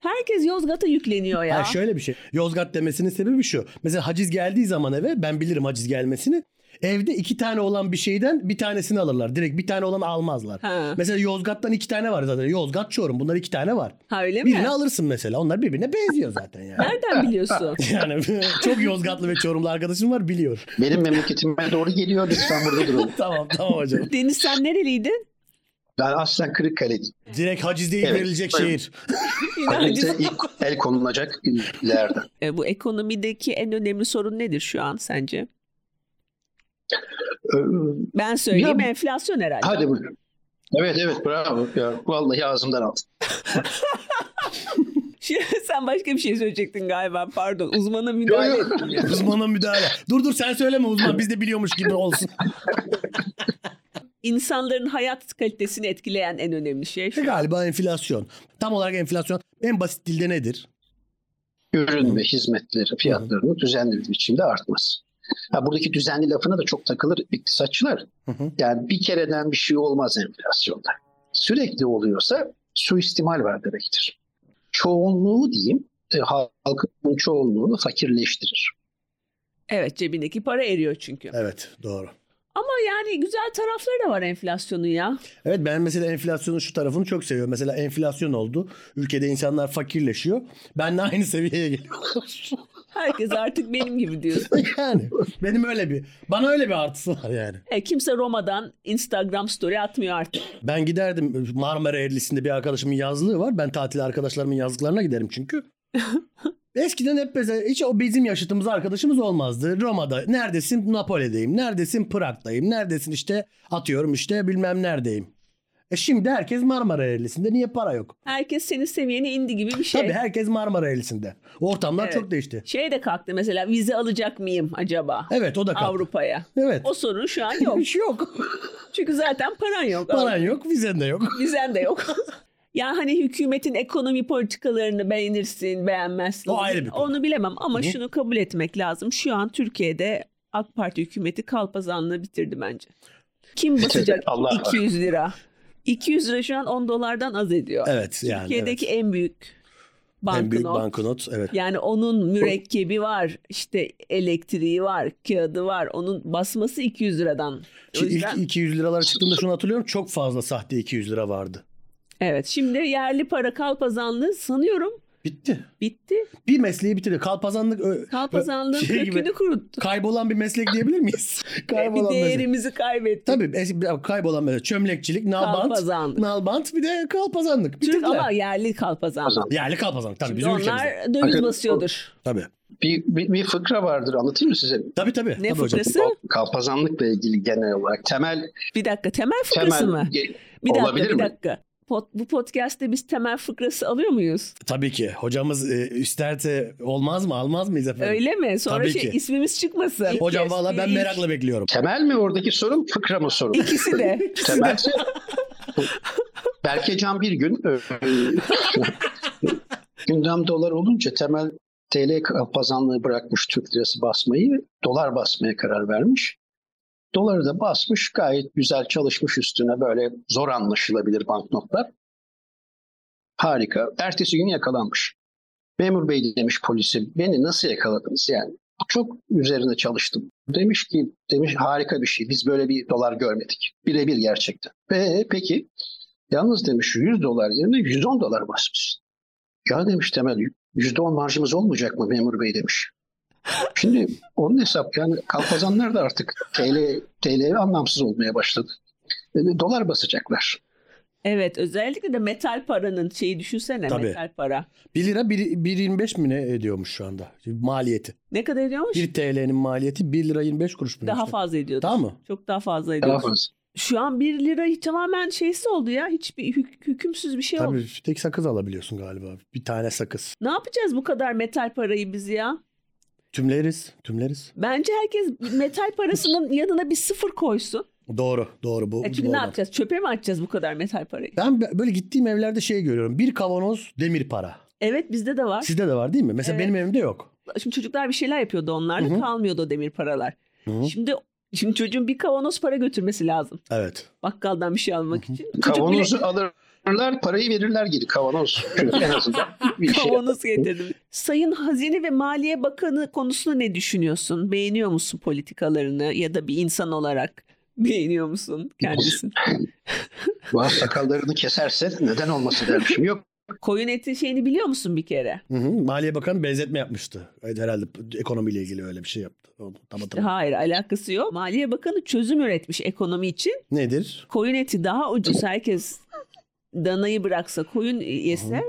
Speaker 2: Herkes Yozgat'a yükleniyor ya.
Speaker 1: Ha, şöyle bir şey. Yozgat demesinin sebebi şu. Mesela haciz geldiği zaman eve ben bilirim haciz gelmesini. Evde iki tane olan bir şeyden bir tanesini alırlar. Direkt bir tane olanı almazlar.
Speaker 2: Ha.
Speaker 1: Mesela Yozgat'tan iki tane var zaten. Yozgat, Çorum. Bunlar iki tane var.
Speaker 2: Ha öyle mi?
Speaker 1: Birini alırsın mesela. Onlar birbirine benziyor zaten yani.
Speaker 2: Nereden biliyorsun?
Speaker 1: yani çok Yozgatlı ve Çorumlu arkadaşım var biliyor.
Speaker 4: Benim memleketime doğru geliyor lütfen burada duralım.
Speaker 1: tamam tamam hocam.
Speaker 2: Deniz sen nereliydin?
Speaker 4: Ben aslen Kırıkkale'deyim.
Speaker 1: Direkt haciz değil
Speaker 4: Evet.
Speaker 1: verilecek
Speaker 4: Buyurun.
Speaker 1: şehir.
Speaker 4: Kırıkkale ilk el konulacak illerden.
Speaker 2: E, bu ekonomideki en önemli sorun nedir şu an sence?
Speaker 4: Ee,
Speaker 2: Ben söyleyeyim
Speaker 4: Ya-
Speaker 2: enflasyon herhalde.
Speaker 4: Hadi buyurun. Evet evet bravo. Ya, vallahi ağzımdan aldın.
Speaker 2: Şimdi sen başka bir şey söyleyecektin galiba pardon. Uzmana müdahale
Speaker 4: Yok, yok.
Speaker 2: ettim ya.
Speaker 1: Uzmana müdahale. Dur dur sen söyleme uzman biz de biliyormuş gibi olsun.
Speaker 2: İnsanların hayat kalitesini etkileyen en önemli şey. şu.
Speaker 1: Galiba enflasyon. Tam olarak enflasyon en basit dilde nedir?
Speaker 4: Ürün ve hizmetlerin fiyatlarının düzenli bir biçimde artması. Ha, buradaki düzenli lafına da çok takılır iktisatçılar.
Speaker 1: Hı hı.
Speaker 4: Yani bir kereden bir şey olmaz enflasyonda. Sürekli oluyorsa suistimal var demektir. Çoğunluğu diyeyim, e, halkın çoğunluğunu fakirleştirir.
Speaker 2: Evet cebindeki para eriyor çünkü.
Speaker 1: Evet doğru.
Speaker 2: Ama yani güzel tarafları da var enflasyonun ya.
Speaker 1: Evet ben mesela enflasyonun şu tarafını çok seviyorum. Mesela enflasyon oldu. Ülkede insanlar fakirleşiyor. Ben de aynı seviyeye geliyorlar.
Speaker 2: Herkes artık benim gibi diyorsun.
Speaker 1: yani benim öyle bir bana öyle bir artısı var yani.
Speaker 2: E, kimse Roma'dan Instagram story atmıyor artık.
Speaker 1: Ben giderdim Marmara Erlisi'nde bir arkadaşımın yazlığı var. Ben tatil arkadaşlarımın yazlıklarına giderim çünkü. Eskiden hep mesela hiç o bizim yaşıtımız arkadaşımız olmazdı. Roma'da neredesin Napoli'deyim, neredesin Prag'dayım, neredesin işte atıyorum işte bilmem neredeyim. E şimdi herkes Marmara Erlisi'nde niye para yok?
Speaker 2: Herkes senin seviyene indi gibi bir şey.
Speaker 1: Tabii herkes Marmara Erlisi'nde. Ortamlar
Speaker 2: Evet.
Speaker 1: çok değişti.
Speaker 2: Şey de kalktı mesela vize alacak mıyım acaba
Speaker 1: Evet o da kalktı.
Speaker 2: Avrupa'ya?
Speaker 1: Evet.
Speaker 2: O sorun şu an yok.
Speaker 1: Hiç yok.
Speaker 2: Çünkü zaten paran yok.
Speaker 1: Paran yok, vizen de yok.
Speaker 2: Vizen de yok. Yani hani hükümetin ekonomi politikalarını beğenirsin, beğenmezsin.
Speaker 1: O
Speaker 2: Onu-
Speaker 1: ayrı bir konu.
Speaker 2: Onu bilemem ama
Speaker 1: Hı.
Speaker 2: şunu kabul etmek lazım. Şu an Türkiye'de AK Parti hükümeti kalpazanlığı bitirdi bence. Kim
Speaker 4: Bitirdi,
Speaker 2: basacak
Speaker 4: Allah var.
Speaker 2: 200 lira? 200 lira şu an 10 dolardan az ediyor.
Speaker 1: Evet yani.
Speaker 2: Türkiye'deki
Speaker 1: evet.
Speaker 2: en büyük banknot.
Speaker 1: en büyük banknot. Evet.
Speaker 2: Yani onun mürekkebi var, işte elektriği var, kağıdı var. Onun basması 200 liradan. O
Speaker 1: Şimdi
Speaker 2: yüzden-
Speaker 1: ilk 200 liralar çıktığında şunu hatırlıyorum. Çok fazla sahte 200 lira vardı.
Speaker 2: Evet, şimdi yerli para kalpazanlığı sanıyorum
Speaker 1: Bitti.
Speaker 2: bitti.
Speaker 1: Bir mesleği bitirdi. Kalpazanlık ö-
Speaker 2: Kalpazanlığın
Speaker 1: şey gibi-
Speaker 2: kökünü kuruttu.
Speaker 1: kaybolan bir meslek diyebilir miyiz?
Speaker 2: Bir
Speaker 1: kaybolan meslek.
Speaker 2: değerimizi kaybettik.
Speaker 1: Tabii es- kaybolan meslek. Çömlekçilik, nalbant.
Speaker 2: Kalpazanlık.
Speaker 1: Nalbant bir de kalpazanlık.
Speaker 2: Türk
Speaker 1: Bitirdiler.
Speaker 2: ama yerli kalpazanlık.
Speaker 1: Yerli kalpazanlık tabii
Speaker 2: Şimdi
Speaker 1: bizim
Speaker 2: onlar
Speaker 1: ülkemizde.
Speaker 2: döviz
Speaker 4: Bakın,
Speaker 2: basıyordur.
Speaker 1: Tabii.
Speaker 4: Bir, bir, bir fıkra vardır anlatayım mı size?
Speaker 1: Tabii tabii.
Speaker 2: Ne
Speaker 1: tabii hocam.
Speaker 2: fıkrası?
Speaker 4: Kalpazanlıkla ilgili genel olarak temel
Speaker 2: Bir dakika temel fıkrası
Speaker 4: temel
Speaker 2: mı?
Speaker 4: ge-
Speaker 2: Bir dakika
Speaker 4: olabilir
Speaker 2: bir
Speaker 4: mi?
Speaker 2: dakika. Pot- bu podcast'te biz temel fıkrası alıyor muyuz?
Speaker 1: Tabii ki. Hocamız e, isterse olmaz mı almaz mıyız efendim?
Speaker 2: Öyle mi? Sonra
Speaker 1: Tabii
Speaker 2: şey
Speaker 1: ki.
Speaker 2: ismimiz çıkmasın.
Speaker 1: Hocam valla ben merakla bekliyorum.
Speaker 4: temel mi oradaki sorun fıkra mı sorun?
Speaker 2: İkisi de.
Speaker 4: Temelse Berke Can bir gün e, gündem dolar olunca temel TL pazarlığı bırakmış Türk lirası basmayı dolar basmaya karar vermiş. Doları da basmış gayet güzel çalışmış üstüne böyle zor anlaşılabilir banknotlar. Harika. Ertesi gün yakalanmış. Memur bey demiş polisi beni nasıl yakaladınız yani çok üzerine çalıştım. Demiş ki demiş harika bir şey. Biz böyle bir dolar görmedik. Birebir gerçekten. Ve peki yalnız demiş 100 dolar yerine 110 dolar basmış. Ya demiş Temel %10 marjımız olmayacak mı memur bey demiş. Şimdi onun hesap yani kalpazanlar da artık TL, TL anlamsız olmaya başladı. Yani dolar basacaklar.
Speaker 2: Evet özellikle de metal paranın şeyi düşünsene
Speaker 1: Tabii.
Speaker 2: metal para.
Speaker 1: 1 lira bir- 1.25 mi ne ediyormuş şu anda? Maliyeti.
Speaker 2: Ne kadar ediyormuş?
Speaker 1: 1 TL'nin maliyeti 1 lira 25 kuruş mu?
Speaker 2: daha
Speaker 1: demişler?
Speaker 2: fazla ediyordu.
Speaker 1: Tamam mı?
Speaker 2: Çok daha fazla
Speaker 4: Daha
Speaker 2: ediyordu.
Speaker 4: fazla.
Speaker 2: Şu an 1 lira hiç tamamen şeysi oldu ya. Hiçbir hük- hükümsüz bir şey oldu.
Speaker 1: Tabii tek sakız alabiliyorsun galiba. Bir tane sakız.
Speaker 2: Ne yapacağız bu kadar metal parayı biz ya?
Speaker 1: Tümleriz. Tümleriz.
Speaker 2: Bence herkes metal parasının yanına bir sıfır koysun.
Speaker 1: Doğru. Doğru bu.
Speaker 2: E
Speaker 1: bu
Speaker 2: şimdi ne
Speaker 1: olmaz.
Speaker 2: yapacağız? Çöpe mi atacağız bu kadar metal parayı?
Speaker 1: Ben be- böyle gittiğim evlerde şey görüyorum. Bir kavanoz demir para.
Speaker 2: Evet bizde de var.
Speaker 1: Sizde de var değil mi? Mesela
Speaker 2: Evet.
Speaker 1: benim evimde yok.
Speaker 2: Şimdi çocuklar bir şeyler yapıyordu onlarla.
Speaker 1: Hı hı.
Speaker 2: Kalmıyordu o demir paralar.
Speaker 1: Hı.
Speaker 2: Şimdi şimdi çocuğun bir kavanoz para götürmesi lazım.
Speaker 1: Evet.
Speaker 2: Bakkaldan bir şey almak için. Çocuk bile-
Speaker 4: Kavanozu alırlar parayı verirler geri kavanoz. Çünkü en azından bir şey.
Speaker 2: Kavanoz getirdim. Sayın Hazine ve Maliye Bakanı konusunda ne düşünüyorsun? Beğeniyor musun politikalarını ya da bir insan olarak beğeniyor musun kendisini?
Speaker 4: Bu sakallarını keserse neden olması dermişim. Yok
Speaker 2: Koyun eti şeyini biliyor musun bir kere?
Speaker 1: Hı hı. Maliye Bakanı benzetme yapmıştı. Evet, Herhalde ekonomiyle ilgili öyle bir şey yaptı. Onu Tam hatırlamıyorum.
Speaker 2: Hayır alakası yok. Maliye Bakanı çözüm üretmiş ekonomi için.
Speaker 1: Nedir?
Speaker 2: Koyun eti daha ucuz herkes danayı bıraksa koyun yese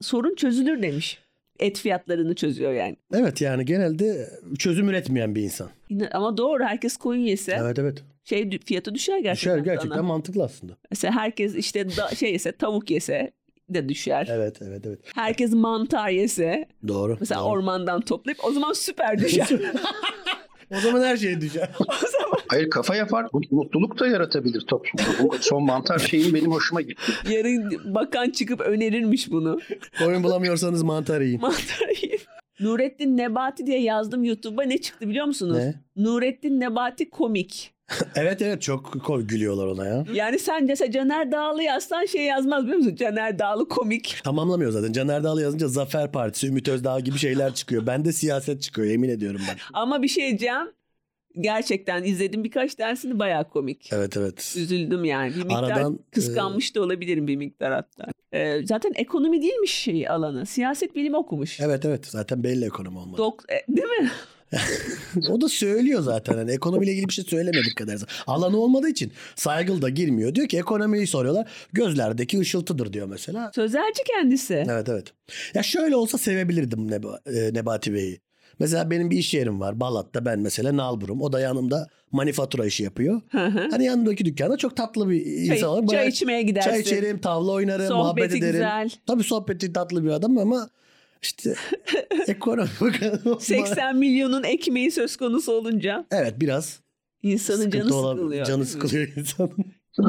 Speaker 2: sorun çözülür demiş. Et fiyatlarını çözüyor yani.
Speaker 1: Evet yani genelde çözüm üretmeyen bir insan.
Speaker 2: İna- Ama doğru herkes koyun yese
Speaker 1: Evet evet.
Speaker 2: şey dü- fiyatı düşer gerçekten.
Speaker 1: Düşer gerçekten
Speaker 2: dana.
Speaker 1: mantıklı aslında.
Speaker 2: Mesela herkes işte da, şey yese tavuk yese de düşer.
Speaker 1: Evet evet evet.
Speaker 2: Herkes mantar yese
Speaker 1: Doğru.
Speaker 2: mesela
Speaker 1: doğru.
Speaker 2: ormandan toplayıp o zaman süper düşer.
Speaker 1: o zaman her şey düşer.
Speaker 4: Hayır kafa yapar. Bu Mutluluk da yaratabilir toplumda. Bu son mantar şeyin benim hoşuma gitti.
Speaker 2: Yarın bakan çıkıp önerirmiş bunu.
Speaker 1: Koyun bulamıyorsanız mantar yiyin.
Speaker 2: Mantar yiyin. Nurettin Nebati diye yazdım YouTube'a ne çıktı biliyor musunuz?
Speaker 1: Ne?
Speaker 2: Nurettin Nebati komik.
Speaker 1: Evet evet çok ko- gülüyorlar ona ya.
Speaker 2: Yani sen mesela Caner Dağlı yazsan şey yazmaz biliyor musun? Caner Dağlı komik.
Speaker 1: Tamamlamıyor zaten. Caner Dağlı yazınca Zafer Partisi, Ümit Özdağ gibi şeyler çıkıyor. Bende siyaset çıkıyor yemin ediyorum bak.
Speaker 2: Ama bir şey diyeceğim. Gerçekten izledim birkaç tanesini bayağı komik.
Speaker 1: Evet evet.
Speaker 2: Üzüldüm yani. Bir miktar
Speaker 1: Aradan, e,
Speaker 2: kıskanmış da olabilirim bir miktar hatta. E, zaten ekonomi değilmiş şey alanı. Siyaset bilimi okumuş.
Speaker 1: Evet evet zaten belli ekonomi olmadı.
Speaker 2: Dok- e, değil mi?
Speaker 1: O da söylüyor zaten hani ekonomiyle ilgili bir şey söylemedik kadar. Alanı olmadığı için saygılı da girmiyor. Diyor ki ekonomiyi soruyorlar. Gözlerdeki ışıltıdır diyor mesela.
Speaker 2: Sözelci kendisi.
Speaker 1: Evet evet. Ya şöyle olsa sevebilirdim Neba- e, Nebati Bey'i. Mesela benim bir iş yerim var Balat'ta ben mesela Nalbur'um. O da yanımda manifatura işi yapıyor.
Speaker 2: Hı hı.
Speaker 1: Hani yanındaki dükkanda çok tatlı bir
Speaker 2: Çay,
Speaker 1: insan olarak.
Speaker 2: çay
Speaker 1: bayağı-
Speaker 2: içmeye gidersin.
Speaker 1: Çay içerim, tavla oynarım,
Speaker 2: Sohbeti
Speaker 1: muhabbet ederim.
Speaker 2: güzel.
Speaker 1: Tabii sohbeti tatlı bir adam ama işte ekonomi bakanı.
Speaker 2: 80 milyonun ekmeği söz konusu olunca
Speaker 1: Evet biraz
Speaker 2: insanın
Speaker 1: sıkıntı
Speaker 2: canı
Speaker 1: olab-
Speaker 2: sıkılıyor.
Speaker 1: Canı
Speaker 2: değil mi?
Speaker 1: sıkılıyor insanın.
Speaker 4: Böyle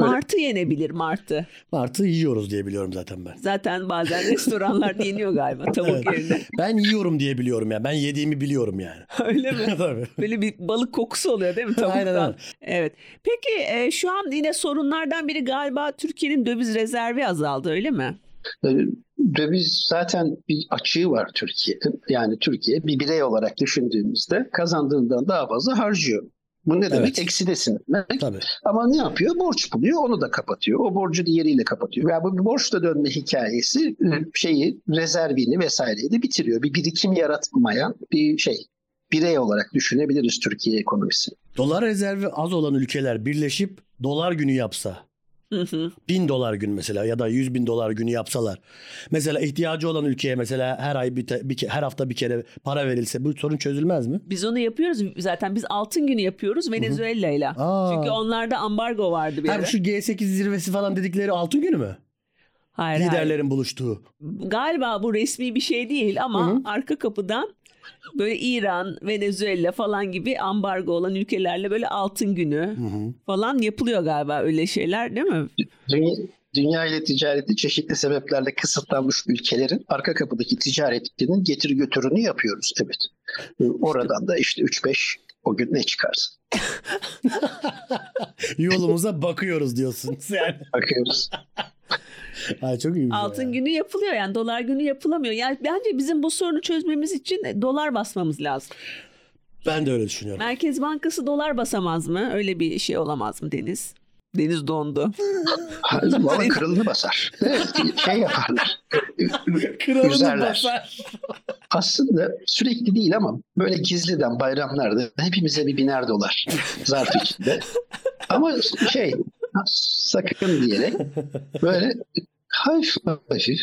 Speaker 2: Martı yenebilir martı.
Speaker 1: Martı yiyoruz diye biliyorum zaten ben.
Speaker 2: Zaten bazen restoranlarda yeniyor galiba tavuk
Speaker 1: Evet.
Speaker 2: yerine.
Speaker 1: Ben yiyorum diye biliyorum ya. Ben yediğimi biliyorum yani.
Speaker 2: Öyle mi?
Speaker 1: Tabii.
Speaker 2: Böyle bir balık kokusu oluyor değil mi tavuktan?
Speaker 1: Aynen öyle.
Speaker 2: Evet. Peki e, şu an yine sorunlardan biri galiba Türkiye'nin döviz rezervi azaldı öyle mi?
Speaker 4: e, döviz zaten bir açığı var Türkiye'de. Yani Türkiye bir birey olarak düşündüğümüzde kazandığından daha fazla harcıyor. Bu ne demek?
Speaker 1: Evet.
Speaker 4: Eksidesin demek.
Speaker 1: Tabii.
Speaker 4: Ama ne yapıyor? Borç buluyor, onu da kapatıyor. O borcu diğeriyle kapatıyor. Yani bu bir borçla dönme hikayesi e, şeyi, rezervini vesaireyi de bitiriyor. Bir birikim yaratmayan bir şey. Birey olarak düşünebiliriz Türkiye ekonomisi.
Speaker 1: Dolar rezervi az olan ülkeler birleşip dolar günü yapsa.
Speaker 2: Hı hı.
Speaker 1: Bin dolar gün mesela ya da yüz bin dolar günü yapsalar. Mesela ihtiyacı olan ülkeye mesela her ay bir, te- bir ke- her hafta bir kere para verilse bu sorun çözülmez mi?
Speaker 2: Biz onu yapıyoruz zaten biz altın günü yapıyoruz Venezuela'yla.
Speaker 1: Aa.
Speaker 2: Çünkü onlarda ambargo vardı bir
Speaker 1: Hem
Speaker 2: ara.
Speaker 1: şu G8 zirvesi falan dedikleri altın günü mü?
Speaker 2: Hayır, hayır.
Speaker 1: Liderlerin buluştuğu.
Speaker 2: Galiba bu resmi bir şey değil ama
Speaker 1: Hı hı.
Speaker 2: arka kapıdan böyle İran, Venezuela falan gibi ambargo olan ülkelerle böyle altın günü
Speaker 1: Hı hı.
Speaker 2: falan yapılıyor galiba öyle şeyler değil mi?
Speaker 4: Dünya, dünya ile ticareti çeşitli sebeplerle kısıtlanmış ülkelerin arka kapıdaki ticaretinin getiri götürünü yapıyoruz. Evet. E, Oradan da işte 3-5 o gün ne çıkarsa
Speaker 1: Yolumuza bakıyoruz diyorsunuz yani.
Speaker 4: bakıyoruz.
Speaker 1: Ay çok iyi bir şey
Speaker 2: Altın
Speaker 1: ya.
Speaker 2: günü yapılıyor yani dolar günü yapılamıyor. Yani bence bizim bu sorunu çözmemiz için dolar basmamız lazım.
Speaker 1: Ben de öyle düşünüyorum.
Speaker 2: Merkez Bankası dolar basamaz mı? Öyle bir şey olamaz mı Deniz? Deniz dondu.
Speaker 4: Valla kırılını basar. Evet, şey yaparlar.
Speaker 1: Kralını
Speaker 4: Üzerler.
Speaker 1: basar.
Speaker 4: Aslında sürekli değil ama böyle gizliden bayramlarda hepimize bir biner dolar zarf içinde. Ama şey sakın diyerek böyle hafif hafif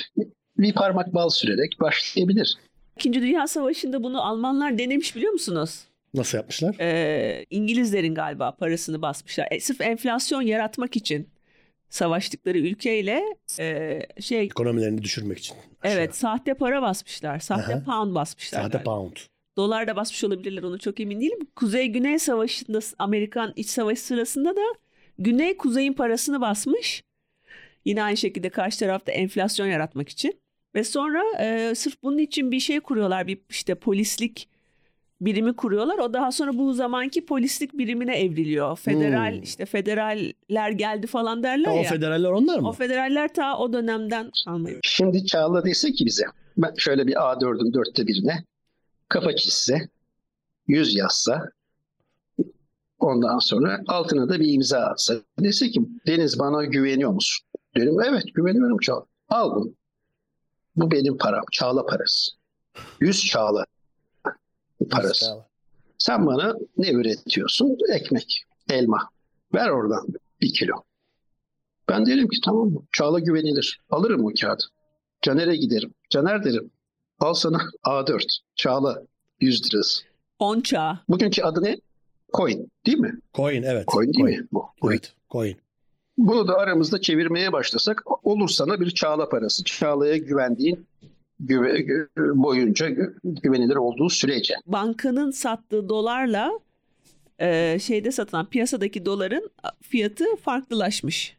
Speaker 4: bir parmak bal sürerek başlayabilir.
Speaker 2: İkinci Dünya Savaşı'nda bunu Almanlar denemiş biliyor musunuz?
Speaker 1: Nasıl yapmışlar?
Speaker 2: Ee, İngilizlerin galiba parasını basmışlar. E, sırf enflasyon yaratmak için savaştıkları ülkeyle e, şey
Speaker 1: Ekonomilerini düşürmek için. Aşağı.
Speaker 2: evet sahte para basmışlar. Sahte
Speaker 1: Aha.
Speaker 2: pound basmışlar.
Speaker 1: Sahte
Speaker 2: galiba.
Speaker 1: pound.
Speaker 2: dolar da basmış olabilirler onu çok emin değilim. Kuzey Güney Savaşı'nda Amerikan İç Savaşı sırasında da Güney Kuzey'in parasını basmış. Yine aynı şekilde karşı tarafta enflasyon yaratmak için. Ve sonra e, sırf bunun için bir şey kuruyorlar. Bir işte polislik birimi kuruyorlar. O daha sonra bu zamanki polislik birimine evriliyor. Federal
Speaker 1: Hmm.
Speaker 2: işte federaller geldi falan derler
Speaker 1: Ha, o
Speaker 2: ya.
Speaker 1: federaller onlar
Speaker 2: O
Speaker 1: mı?
Speaker 2: federaller ta o dönemden kalmayı.
Speaker 4: Şimdi Çağla dese ki bize ben şöyle bir A4'ün dörtte birine kafa çizse, yüz yazsa ondan sonra altına da bir imza atsa. Dese ki Deniz bana güveniyor musun? Derim evet güveniyorum Çağla. Al bunu. Bu benim param. Çağla parası. Yüz Çağla parası. Sen bana ne üretiyorsun? Ekmek, elma. Ver oradan bir kilo. Ben derim ki tamam mı? Çağla güvenilir. Alırım o kağıdı. Caner'e giderim. Caner derim. Al sana A4. Çağla 100 lirası.
Speaker 2: On çağ.
Speaker 4: Bugünkü adı ne? Coin değil mi?
Speaker 1: Coin evet.
Speaker 4: Coin değil mi? Bu. Coin.
Speaker 1: Evet. Coin.
Speaker 4: Bunu da aramızda çevirmeye başlasak olur sana bir Çağla parası. Çağla'ya güvendiğin güve, gü- boyunca gü- güvenilir olduğu sürece.
Speaker 2: bankanın sattığı dolarla e, şeyde satılan piyasadaki doların fiyatı farklılaşmış.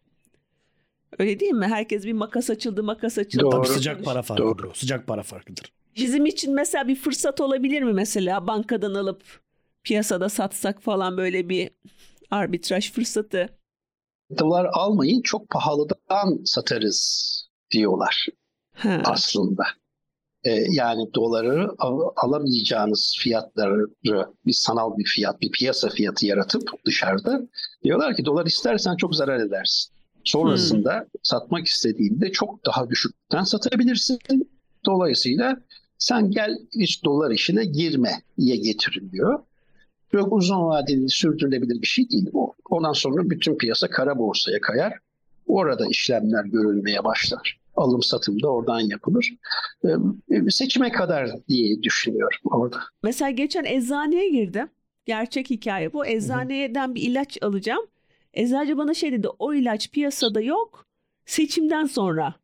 Speaker 2: Öyle değil mi? Herkes bir makas açıldı, makas açıldı.
Speaker 4: Doğru.
Speaker 1: Tabii sıcak para farkıdır
Speaker 4: Doğru.
Speaker 1: o. Sıcak para farkıdır.
Speaker 2: Bizim için mesela bir fırsat olabilir mi mesela bankadan alıp piyasada satsak falan böyle bir arbitraj fırsatı.
Speaker 4: Dolar almayın çok pahalıdan satarız diyorlar.
Speaker 2: Ha.
Speaker 4: aslında. Ee, yani doları al- alamayacağınız fiyatları bir sanal bir fiyat, bir piyasa fiyatı yaratıp dışarıda diyorlar ki dolar istersen çok zarar edersin. Sonrasında satmak istediğinde çok daha düşükten satabilirsin. Dolayısıyla sen gel hiç dolar işine girmeye getiriliyor. Çok uzun vadeli sürdürülebilir bir şey değil. bu. Ondan sonra bütün piyasa kara borsaya kayar. Orada işlemler görülmeye başlar. Alım satım da oradan yapılır. Ee, Seçime kadar diye düşünüyorum orada.
Speaker 2: Mesela geçen eczaneye girdim. Gerçek hikaye bu. Eczaneden bir ilaç alacağım. Eczacı bana şey dedi. O ilaç piyasada yok. Seçimden sonra.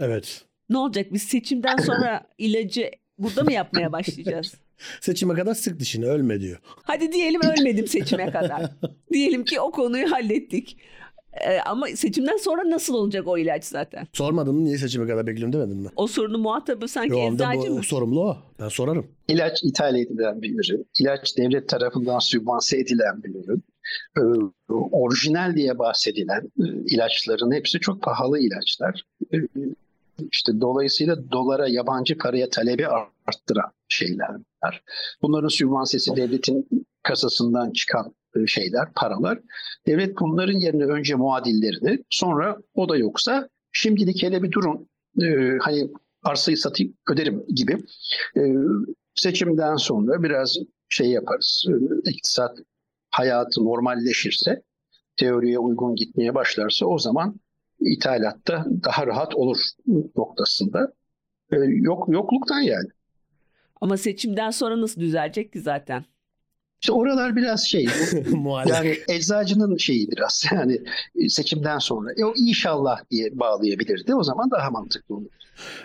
Speaker 1: Evet.
Speaker 2: Ne olacak biz seçimden sonra ilacı burada mı yapmaya başlayacağız?
Speaker 1: Seçime kadar sık dişini ölme diyor.
Speaker 2: Hadi diyelim ölmedim seçime kadar. Diyelim ki o konuyu hallettik. E, ama seçimden sonra nasıl olacak o ilaç zaten?
Speaker 1: Sormadın mı niye seçime kadar bekliyorum demedin mi?
Speaker 2: O sorunun muhatabı sanki
Speaker 1: Yo, onda
Speaker 2: eczacı mı?
Speaker 1: bu, sorumlu o. Ben sorarım.
Speaker 4: İlaç ithal edilen bir ürün. İlaç devlet tarafından sübvanse edilen bir ürün. Ee, orijinal diye bahsedilen e, ilaçların hepsi çok pahalı ilaçlar. Ee, işte dolayısıyla dolara, yabancı paraya talebi arttıran şeyler bunlar. Bunların sübvansesi devletin kasasından çıkan e, şeyler, paralar. Devlet bunların yerine önce muadillerini, sonra o da yoksa şimdilik hele bir durun. Ee, hani arsayı satayım öderim gibi e, seçimden sonra biraz şey yaparız. E, İktisat hayatı normalleşirse, teoriye uygun gitmeye başlarsa o zaman ithalatta daha rahat olur noktasında. E, Yok yokluktan yani.
Speaker 2: Ama seçimden sonra nasıl düzelecek ki zaten?
Speaker 4: İşte oralar biraz şey.
Speaker 1: Muhalif.
Speaker 4: Yani eczacının şeyi biraz yani seçimden sonra. E, o inşallah diye bağlayabilirdi. O zaman daha mantıklı olur.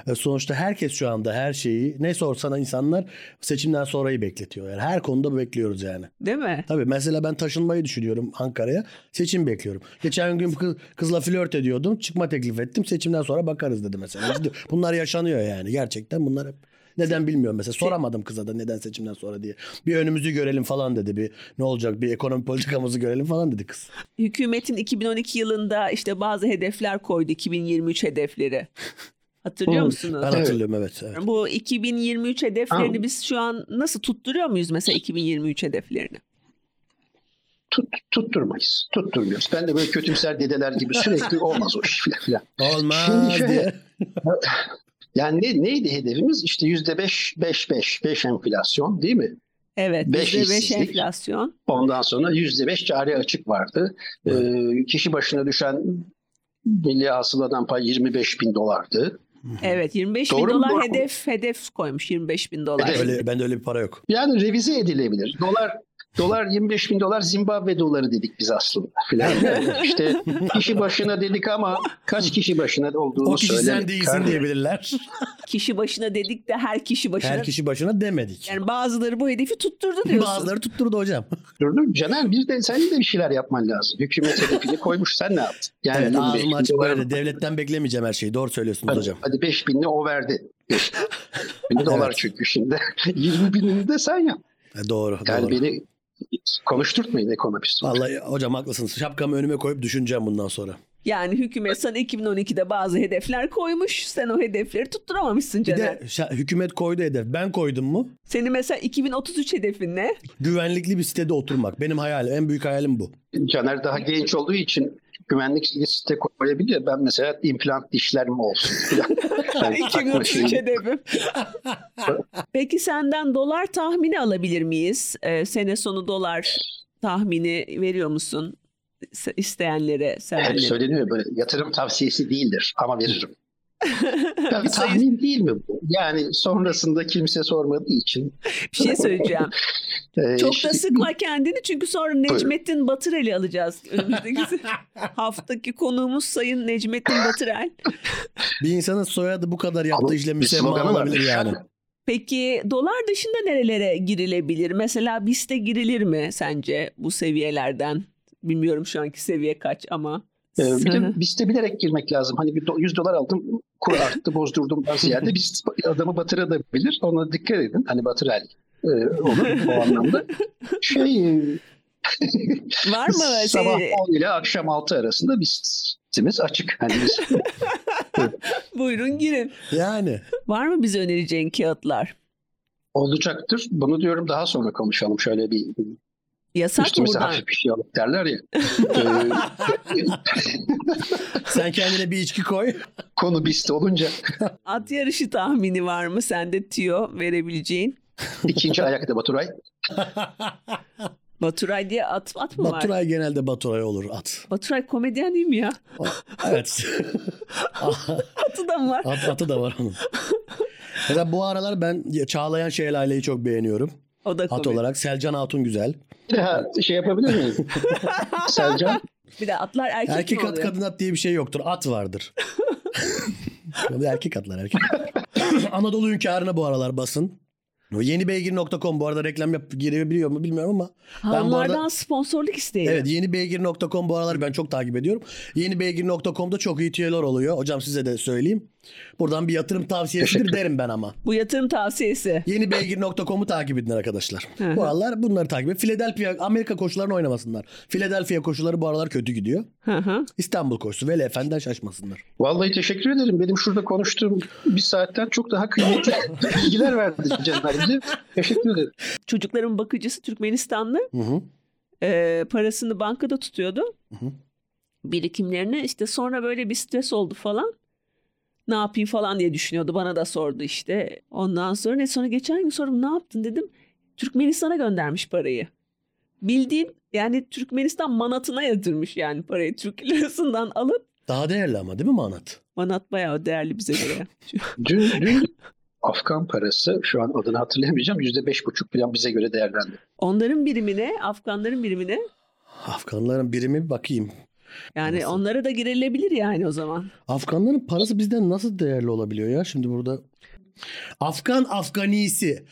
Speaker 1: E, Sonuçta herkes şu anda her şeyi ne sorsana insanlar seçimden sonrayı bekletiyor. Yani her konuda bekliyoruz yani.
Speaker 2: Değil mi?
Speaker 1: Tabii mesela ben taşınmayı düşünüyorum Ankara'ya. Seçim bekliyorum. Geçen gün kız, kızla flört ediyordum. Çıkma teklif ettim. Seçimden sonra bakarız dedi mesela. Ciddi- bunlar yaşanıyor yani. Gerçekten bunlar hep neden bilmiyorum mesela. Soramadım kıza da neden seçimden sonra diye. Bir önümüzü görelim falan dedi. Bir ne olacak bir ekonomi politikamızı görelim falan dedi kız.
Speaker 2: Hükümetin 2012 yılında işte bazı hedefler koydu 2023 hedefleri. Hatırlıyor
Speaker 4: Hı,
Speaker 1: Ben
Speaker 2: musunuz?
Speaker 1: hatırlıyorum evet. evet.
Speaker 2: Bu 2023 hedeflerini
Speaker 4: Ha.
Speaker 2: biz şu an nasıl tutturuyor muyuz mesela 2023 hedeflerini?
Speaker 4: Tut, tutturmayız. Tutturmuyoruz. Ben de böyle kötümser dedeler gibi sürekli olmaz o iş filan filan.
Speaker 1: Olmaz
Speaker 4: Şimdi şöyle-
Speaker 1: diye.
Speaker 4: Yani ne- neydi hedefimiz? İşte yüzde beş, beş, beş, beş enflasyon değil mi?
Speaker 2: Evet,
Speaker 4: Beş
Speaker 2: %5
Speaker 4: işsizlik.
Speaker 2: enflasyon.
Speaker 4: Ondan sonra yüzde beş cari açık vardı. Ee, kişi başına düşen milli hasıladan pay 25 bin dolardı.
Speaker 2: Evet, 25 bin
Speaker 4: Doğru mu,
Speaker 2: dolar
Speaker 4: doğru mu?
Speaker 2: hedef hedef koymuş 25 bin dolar.
Speaker 4: Evet.
Speaker 1: Öyle, bende öyle bir para yok.
Speaker 4: Yani revize edilebilir. Dolar dolar 25 bin dolar Zimbabwe doları dedik biz aslında. Falan. Yani işte kişi başına dedik ama kaç kişi başına olduğunu
Speaker 1: O kişi sen
Speaker 4: söylemedik.
Speaker 1: değilsin diyebilirler.
Speaker 2: Kişi başına dedik de her kişi başına.
Speaker 1: Her kişi başına demedik.
Speaker 2: Yani bazıları bu hedefi tutturdu diyorsun.
Speaker 1: Bazıları tutturdu hocam.
Speaker 4: Gördün mü? Caner bir de sen de bir şeyler yapman lazım. Hükümet hedefini koymuş sen ne yaptın? Yani
Speaker 1: Evet,
Speaker 4: 25
Speaker 1: ağzımı
Speaker 4: bin
Speaker 1: açık
Speaker 4: dolar-
Speaker 1: böyle devletten beklemeyeceğim her şeyi. Doğru söylüyorsunuz
Speaker 4: Hadi,
Speaker 1: hocam.
Speaker 4: hadi 5 binini o verdi. Bin dolar
Speaker 1: Evet.
Speaker 4: çünkü şimdi. 20 binini de sen yap.
Speaker 1: E, doğru.
Speaker 4: Yani
Speaker 1: doğru.
Speaker 4: beni konuşturtmayın ekonomist. olarak.
Speaker 1: Vallahi hocam haklısınız. Şapkamı önüme koyup düşüneceğim bundan sonra.
Speaker 2: Yani hükümet sana 2012'de bazı hedefler koymuş. Sen o hedefleri tutturamamışsın
Speaker 1: Bir
Speaker 2: Caner.
Speaker 1: de şa- hükümet koydu hedef. Ben koydum mu?
Speaker 2: Senin mesela 2033 hedefin ne?
Speaker 1: Güvenlikli bir sitede oturmak. Benim hayalim, en büyük hayalim bu.
Speaker 4: Caner daha genç olduğu için güvenlik liste koyabiliyor. Ben mesela implant dişlerim olsun. falan. Yani takma
Speaker 2: 2033
Speaker 4: şeyi.
Speaker 2: hedefim. Peki senden dolar tahmini alabilir miyiz? Ee, sene sonu dolar tahmini veriyor musun Se-
Speaker 1: Ee,
Speaker 2: isteyenlere,
Speaker 4: Hep
Speaker 2: sevenlere?
Speaker 4: söyleniyor böyle yatırım tavsiyesi değildir ama veririm. Ya bir
Speaker 2: Sayın-
Speaker 4: tahmin değil mi bu? Yani sonrasında kimse sormadığı için.
Speaker 2: Bir şey söyleyeceğim.
Speaker 4: e,
Speaker 2: Çok
Speaker 4: işte-
Speaker 2: da sıkma kendini çünkü sonra Necmettin Batırel'i alacağız. Önümüzdeki haftaki konuğumuz Sayın Necmettin Batırel.
Speaker 1: Bir insanın soyadı bu kadar yaptığı
Speaker 4: Ama
Speaker 1: işle
Speaker 4: bir
Speaker 1: müsemma
Speaker 4: sloganı var.
Speaker 1: olabilir yani.
Speaker 2: Peki dolar dışında nerelere girilebilir? Mesela BIST'e girilir mi sence bu seviyelerden? Bilmiyorum şu anki seviye kaç ama.
Speaker 4: Ee, bir de BIST'e bilerek girmek lazım. Hani bir do- 100 dolar aldım, kur arttı, bozdurdum ben ziyade. BIST adamı batırabilir. Ona dikkat edin. Hani batır el e, olur o anlamda. Şey, e,
Speaker 2: Var mı? şey-
Speaker 4: sabah 10 ile akşam 6 arasında BIST'imiz açık. Hani biz
Speaker 2: Buyurun girin.
Speaker 1: Yani.
Speaker 2: Var mı bize önereceğin kağıtlar?
Speaker 4: olacaktır. Bunu diyorum daha sonra konuşalım. Şöyle bir
Speaker 2: Yasak mı
Speaker 4: üstümüze
Speaker 2: buradan?
Speaker 4: hafif bir şey alıp derler ya. Ee,
Speaker 1: Sen kendine bir içki koy.
Speaker 4: konu BIST olunca
Speaker 2: At yarışı tahmini var mı sende tüyo verebileceğin?
Speaker 4: ikinci ayakta Baturay.
Speaker 2: Baturay diye at, at mı var?
Speaker 1: Baturay genelde Baturay olur at.
Speaker 2: Baturay komedyen değil mi ya?
Speaker 1: O- Evet.
Speaker 2: Atı da mı var?
Speaker 1: at, atı da var onun. Mesela bu aralar ben Çağlayan Şelale'yi çok beğeniyorum.
Speaker 2: O da
Speaker 1: At
Speaker 2: komedi.
Speaker 1: olarak. Selcan Hatun güzel.
Speaker 4: Bir daha şey yapabilir miyim? Selcan.
Speaker 2: Bir de atlar erkek,
Speaker 1: Erkek
Speaker 2: mi
Speaker 1: at
Speaker 2: oluyor?
Speaker 1: kadın at diye bir şey yoktur. At vardır. erkek atlar erkek. Anadolu hünkârına bu aralar basın. Yenibeygir.com bu arada reklam yap girebiliyor mu bilmiyorum ama
Speaker 2: Ha,
Speaker 1: Ben bu
Speaker 2: onlardan
Speaker 1: arada-
Speaker 2: sponsorluk isteyelim.
Speaker 1: Evet yenibeygir.com bu aralar ben çok takip ediyorum. Yenibeygir.com'da çok iyi tüyeler oluyor. Hocam size de söyleyeyim. Buradan bir yatırım tavsiyesidir
Speaker 4: Teşekkür.
Speaker 1: derim ben ama.
Speaker 2: Bu yatırım tavsiyesi.
Speaker 1: Yenibeygir.com'u takip edin arkadaşlar.
Speaker 2: Hı hı.
Speaker 1: bu aralar bunları takip edin. Philadelphia, Amerika koşularını oynamasınlar. Philadelphia koşuları bu aralar kötü gidiyor.
Speaker 2: Hı hı.
Speaker 1: İstanbul koşusu Veli Efendi'den şaşmasınlar.
Speaker 4: Vallahi teşekkür ederim. Benim şurada konuştuğum bir saatten çok daha kıymetli bilgiler verdi Cenner bize. Teşekkür ederim.
Speaker 2: Çocukların bakıcısı Türkmenistanlı.
Speaker 1: Hı hı.
Speaker 2: Ee, parasını bankada tutuyordu.
Speaker 1: Hı hı.
Speaker 2: Birikimlerini işte sonra böyle bir stres oldu falan. Ne yapayım falan diye düşünüyordu. Bana da sordu işte. Ondan sonra ne sonra geçen gün sordum ne yaptın dedim. Türkmenistan'a göndermiş parayı. Bildiğin yani Türkmenistan manatına yatırmış yani parayı. Türk lirasından alıp
Speaker 1: Daha değerli ama değil mi Manat?
Speaker 2: manat bayağı değerli bize göre.
Speaker 4: Dün, dün Afgan parası şu an adını hatırlayamayacağım. Yüzde beş buçuk falan bize göre değerlendi.
Speaker 2: Onların birimine, Afganların birimine
Speaker 1: Afganların birimi bir bakayım.
Speaker 2: yani
Speaker 1: Nasıl?
Speaker 2: onlara da girilebilir yani o zaman.
Speaker 1: Afganların parası bizden nasıl değerli olabiliyor ya şimdi burada? Afgan Afganisi.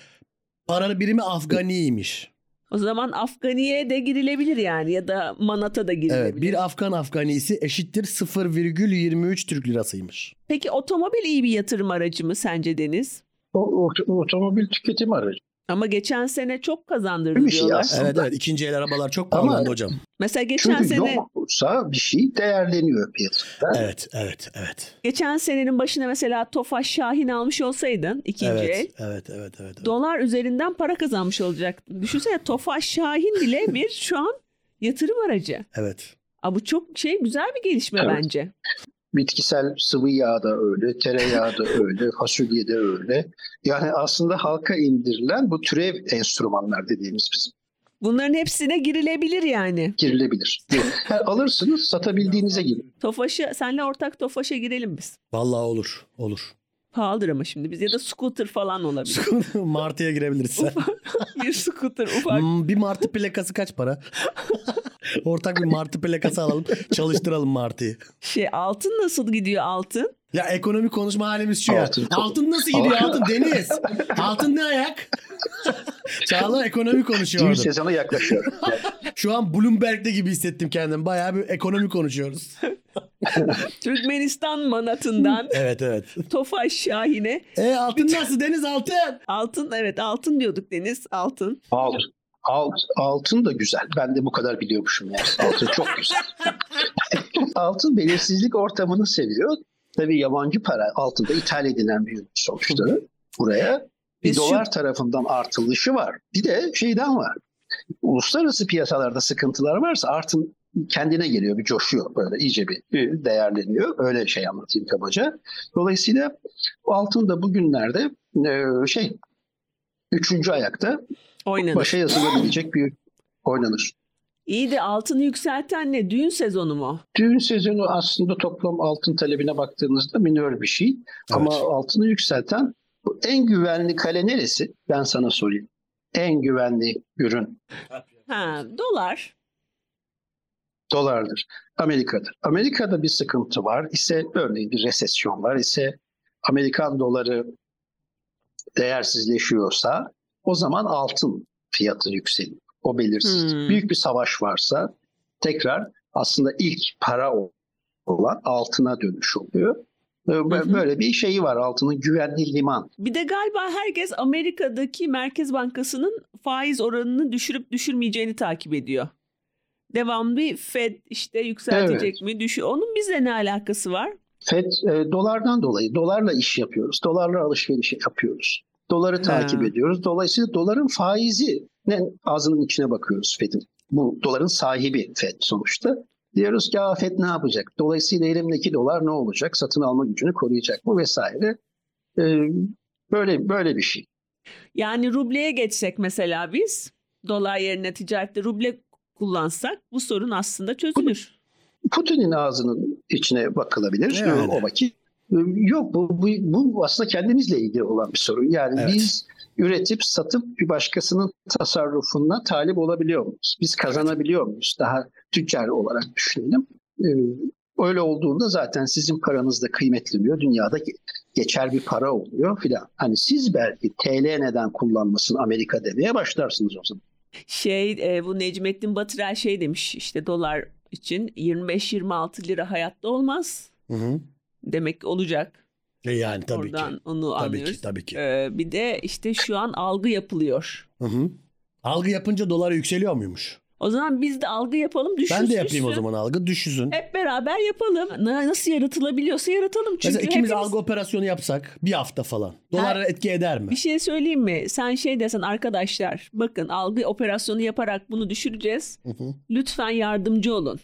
Speaker 1: Paralı birimi Afganiymiş.
Speaker 2: O zaman Afganiye de girilebilir yani ya da manata da girilebilir.
Speaker 1: Evet, bir Afgan Afganisi eşittir 0,23 Türk lirasıymış.
Speaker 2: Peki otomobil iyi bir yatırım aracı mı sence Deniz?
Speaker 4: O, o- otomobil tüketimi aracı.
Speaker 2: Ama geçen sene çok kazandırdı
Speaker 4: Bir şey
Speaker 2: diyorlar.
Speaker 4: aslında.
Speaker 1: Evet evet ikinci el arabalar çok
Speaker 4: Ama-
Speaker 1: pahalandı hocam.
Speaker 2: Mesela geçen
Speaker 4: Çünkü
Speaker 2: sene
Speaker 4: yoksa bir şey değerleniyor piyasada.
Speaker 1: Evet evet evet.
Speaker 2: geçen senenin başına mesela Tofaş Şahin almış olsaydın ikinci
Speaker 1: Evet
Speaker 2: el
Speaker 1: evet evet evet. evet.
Speaker 2: dolar üzerinden para kazanmış olacaktın. Düşünsene Tofaş Şahin bile bir şu an yatırım aracı.
Speaker 1: evet.
Speaker 2: Aa, bu çok şey güzel bir gelişme
Speaker 4: Evet.
Speaker 2: bence.
Speaker 4: Bitkisel sıvı yağ da öyle, tereyağı da öyle, fasulye de öyle. Yani aslında halka indirilen bu türev enstrümanlar dediğimiz bizim
Speaker 2: Bunların hepsine girilebilir yani.
Speaker 4: girilebilir. Yani alırsınız satabildiğinize girin.
Speaker 2: Tofaş'a senle ortak Tofaş'a girelim biz.
Speaker 1: Vallahi olur olur.
Speaker 2: Pahalıdır ama şimdi biz ya da scooter falan olabilir.
Speaker 1: Martı'ya girebiliriz. sen.
Speaker 2: bir scooter ufak.
Speaker 1: Hmm, bir Martı plakası kaç para? Ortak bir Martı plakası alalım. Çalıştıralım Martı'yı.
Speaker 2: Şey altın nasıl gidiyor altın?
Speaker 1: Ya ekonomi konuşma halimiz şu ya.
Speaker 4: Altın çok-
Speaker 1: Altın nasıl gidiyor
Speaker 4: Altın-
Speaker 1: altın Deniz? Altın ne ayak? Çağla ekonomi konuşuyor
Speaker 4: Düğün
Speaker 1: orada.
Speaker 4: sezonu yaklaşıyor.
Speaker 1: Şu an Bloomberg'de gibi hissettim kendimi. Bayağı bir ekonomi konuşuyoruz.
Speaker 2: Türkmenistan manatından
Speaker 1: evet evet.
Speaker 2: Tofaş Şahin'e
Speaker 1: E altın nasıl Deniz altın?
Speaker 2: altın evet altın diyorduk Deniz altın.
Speaker 4: Alt, alt, altın da güzel. Ben de bu kadar biliyormuşum yani. Altın çok güzel. altın belirsizlik ortamını seviyor. Tabii yabancı para altında ithal edilen bir ürün sonuçta. Buraya bir
Speaker 2: Biz şu-
Speaker 4: dolar tarafından artılışı var. Bir de şeyden var. Uluslararası piyasalarda sıkıntılar varsa artın kendine geliyor bir coşuyor böyle iyice bir e, değerleniyor. Öyle şey anlatayım kabaca. Dolayısıyla bu altın da bugünlerde e, şey üçüncü ayakta
Speaker 2: Oynanır.
Speaker 4: başa yazılabilecek bir oynanır.
Speaker 2: İyi de altını yükselten ne? Düğün sezonu mu?
Speaker 4: Düğün sezonu aslında toplam altın talebine baktığınızda minör bir şey. Ama altını yükselten bu en güvenli kale neresi? Ben sana sorayım. En güvenli ürün
Speaker 2: Ha, dolar.
Speaker 4: dolardır. Amerika'dır. Amerika'da bir sıkıntı var ise örneğin bir resesyon var ise Amerikan doları değersizleşiyorsa o zaman altın fiyatı yükseliyor. O belirsiz.
Speaker 2: Hmm.
Speaker 4: Büyük bir savaş varsa tekrar aslında ilk para o- olan altına dönüş oluyor. Ee, bö-
Speaker 2: Hı hı.
Speaker 4: Böyle bir şeyi var altının güvenli liman.
Speaker 2: Bir de galiba herkes Amerika'daki Merkez Bankası'nın faiz oranını düşürüp düşürmeyeceğini takip ediyor. Devamlı bir Fed işte yükseltecek
Speaker 4: Evet.
Speaker 2: mi? Düşü. Onun bizle ne alakası var?
Speaker 4: FED e, dolardan dolayı dolarla iş yapıyoruz. Dolarla alışveriş yapıyoruz. Doları takip
Speaker 2: Ha.
Speaker 4: ediyoruz. Dolayısıyla doların faizi ne ağzının içine bakıyoruz FED'in. Bu doların sahibi FED sonuçta. Diyoruz ki "Aa, FED ne yapacak? Dolayısıyla elimdeki dolar ne olacak? Satın alma gücünü koruyacak mı vesaire. E, böyle böyle bir şey.
Speaker 2: Yani rubleye geçsek mesela biz dolar yerine ticarette ruble kullansak bu sorun aslında çözülür.
Speaker 4: Putin'in ağzının içine bakılabilir.
Speaker 1: Yani.
Speaker 4: O vakit e, yok bu, bu, bu aslında kendimizle ilgili olan bir sorun. Yani
Speaker 1: Evet.
Speaker 4: biz üretip satıp bir başkasının tasarrufuna talip olabiliyor muyuz? Biz kazanabiliyor muyuz? Daha tüccar olarak düşünelim. E, Öyle olduğunda zaten sizin paranız da kıymetleniyor. Dünyada geçer bir para oluyor filan. Hani siz belki TL neden kullanmasın Amerika demeye başlarsınız o zaman.
Speaker 2: Şey e, bu Necmettin Batıray şey demiş işte dolar için 25-26 lira hayatta olmaz.
Speaker 1: Hı hı.
Speaker 2: Demek ki olacak.
Speaker 1: E yani tabii
Speaker 2: Oradan
Speaker 1: ki.
Speaker 2: onu
Speaker 1: Tabii
Speaker 2: anlıyoruz.
Speaker 1: ki tabii ki.
Speaker 2: Ee, bir de işte şu an algı yapılıyor.
Speaker 1: Hı hı. Algı yapınca dolar yükseliyor muymuş?
Speaker 2: O zaman biz de algı yapalım düşürsün.
Speaker 1: ben de yapayım o
Speaker 2: üstü.
Speaker 1: zaman algı düşüzün.
Speaker 2: Hep beraber yapalım. Na- Nasıl yaratılabiliyorsa yaratalım. Çünkü
Speaker 1: Mesela ikimiz
Speaker 2: hepimiz-
Speaker 1: algı operasyonu yapsak bir hafta falan. Dolara etki eder mi?
Speaker 2: Bir şey söyleyeyim mi? Sen şey desen arkadaşlar bakın algı operasyonu yaparak bunu düşüreceğiz.
Speaker 1: Hı hı.
Speaker 2: Lütfen yardımcı olun.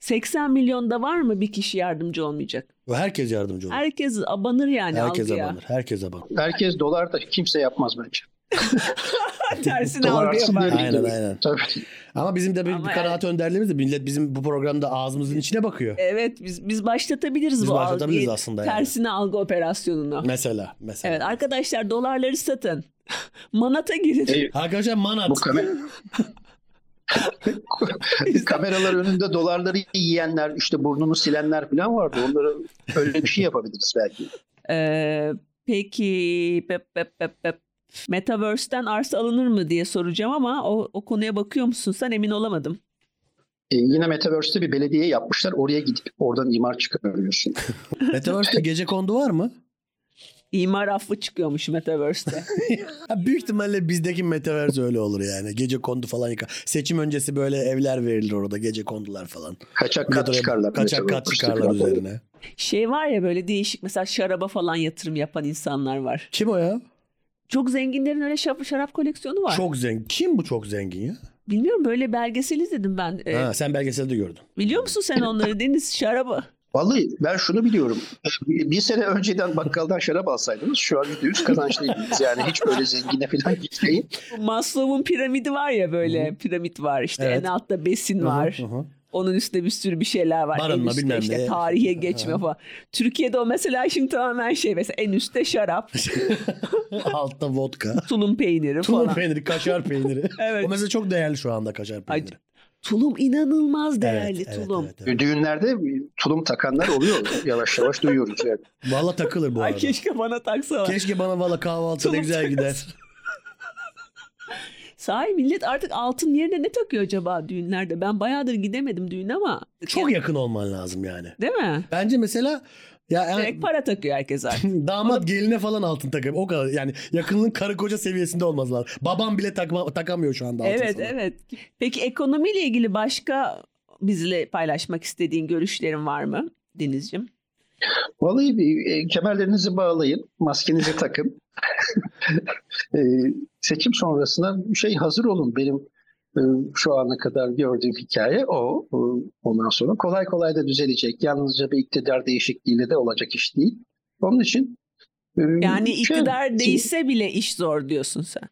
Speaker 2: 80 milyonda var mı bir kişi yardımcı olmayacak?
Speaker 1: Herkes yardımcı olur.
Speaker 2: Herkes abanır yani
Speaker 1: herkes
Speaker 2: algıya.
Speaker 1: abanır. Herkes abanır.
Speaker 4: Herkes dolar da kimse yapmaz bence.
Speaker 2: Tersine
Speaker 4: Dolar
Speaker 2: algı
Speaker 4: artsın
Speaker 2: yapar.
Speaker 4: diye
Speaker 1: Aynen,
Speaker 4: bekliyorum.
Speaker 1: aynen.
Speaker 4: Tabii.
Speaker 1: Ama bizim de bir,
Speaker 2: Ama
Speaker 1: bir kanaat önderliğimiz de millet bizim bu programda ağzımızın içine bakıyor.
Speaker 2: Evet biz biz başlatabiliriz
Speaker 1: Biz
Speaker 2: bu
Speaker 1: başlatabiliriz
Speaker 2: algıyı.
Speaker 1: aslında yani.
Speaker 2: Tersine algı operasyonunu.
Speaker 1: Mesela. mesela.
Speaker 2: Evet arkadaşlar dolarları satın. Manata girin.
Speaker 4: E,
Speaker 1: Arkadaşlar manat.
Speaker 4: Bu kamera... Kameralar önünde dolarları yiyenler, işte burnunu silenler falan vardı. Onlara öyle bir şey yapabiliriz belki.
Speaker 2: Ee, peki pep, pep, pep, pep. Metaverse'den arsa alınır mı diye soracağım ama o, o konuya bakıyor musun sen emin olamadım.
Speaker 4: E, yine Metaverse'de bir belediye yapmışlar. Oraya gidip oradan imar çıkarıyorsun.
Speaker 1: Metaverse'de gece kondu var mı?
Speaker 2: İmar affı çıkıyormuş Metaverse'te.
Speaker 1: Ha, Büyük ihtimalle bizdeki metaverse öyle olur yani. Gece kondu falan yıkar. Seçim öncesi böyle evler verilir orada gece kondular falan.
Speaker 4: Kaçak kat
Speaker 1: Metre-
Speaker 4: çıkarlar.
Speaker 1: Kaçak kat
Speaker 4: Metaverse'de
Speaker 1: çıkarlar
Speaker 4: falan.
Speaker 1: üzerine.
Speaker 2: şey var ya böyle değişik mesela şaraba falan yatırım yapan insanlar var.
Speaker 1: Kim o ya?
Speaker 2: Çok zenginlerin öyle şarap, şarap koleksiyonu var.
Speaker 1: Çok zengin. Kim bu çok zengin ya?
Speaker 2: Bilmiyorum böyle belgesel izledim ben. Ee,
Speaker 1: Ha, sen belgeselde gördün.
Speaker 2: biliyor musun sen onları Deniz şaraba?
Speaker 4: Vallahi ben şunu biliyorum. Bir bir sene önceden bakkaldan şarap alsaydınız şu an %100 kazançlıydınız. Yani hiç böyle zengine falan gitmeyin.
Speaker 2: Bu Maslow'un piramidi var ya böyle piramit var işte
Speaker 1: Evet.
Speaker 2: en altta besin var.
Speaker 1: Hı hı.
Speaker 2: Onun üstünde bir sürü bir şeyler var. en
Speaker 1: Barınma,
Speaker 2: üstte
Speaker 1: bilmem
Speaker 2: işte
Speaker 1: ne.
Speaker 2: tarihe geçme falan. Türkiye'de o mesela şimdi tamamen şey mesela en üstte şarap,
Speaker 1: Altta vodka.
Speaker 2: tulum peyniri
Speaker 1: Tulum
Speaker 2: falan.
Speaker 1: peyniri, kaşar peyniri.
Speaker 2: Evet.
Speaker 1: O mesela çok değerli şu anda kaşar peyniri.
Speaker 2: Tulum inanılmaz değerli
Speaker 1: Evet, evet,
Speaker 2: tulum.
Speaker 1: evet, evet.
Speaker 4: Düğünlerde tulum takanlar oluyor. Yavaş yavaş duyuyoruz. Yani.
Speaker 1: Valla takılır bu
Speaker 2: Ay
Speaker 1: arada. Keşke,
Speaker 2: keşke bana taksalar.
Speaker 1: bana valla kahvaltıda
Speaker 2: Tulum
Speaker 1: güzel
Speaker 2: takılsın.
Speaker 1: gider.
Speaker 2: Sahi millet artık altın yerine ne takıyor acaba düğünlerde? Ben bayağıdır gidemedim düğüne ama.
Speaker 1: Çok yakın olman lazım yani.
Speaker 2: Değil mi?
Speaker 1: Bence mesela ya yani
Speaker 2: Direkt para takıyor herkes artık.
Speaker 1: damat geline falan altın takıyor. O kadar yani yakınlığın karı koca seviyesinde olmaz lazım. Babam bile takma, takamıyor şu anda altın.
Speaker 2: evet
Speaker 1: sana.
Speaker 2: evet. Peki ekonomiyle ilgili başka bizle paylaşmak istediğin görüşlerin var mı Deniz'ciğim?
Speaker 4: Vallahi bir, e, kemerlerinizi bağlayın, maskenizi takın. E, seçim sonrasında şey hazır olun. Benim e, şu ana kadar gördüğüm hikaye o. E, Ondan sonra kolay kolay da düzelecek. Yalnızca bir iktidar değişikliğiyle de olacak iş değil. Onun için e,
Speaker 2: Yani
Speaker 4: şey,
Speaker 2: iktidar değişse bile iş zor diyorsun sen.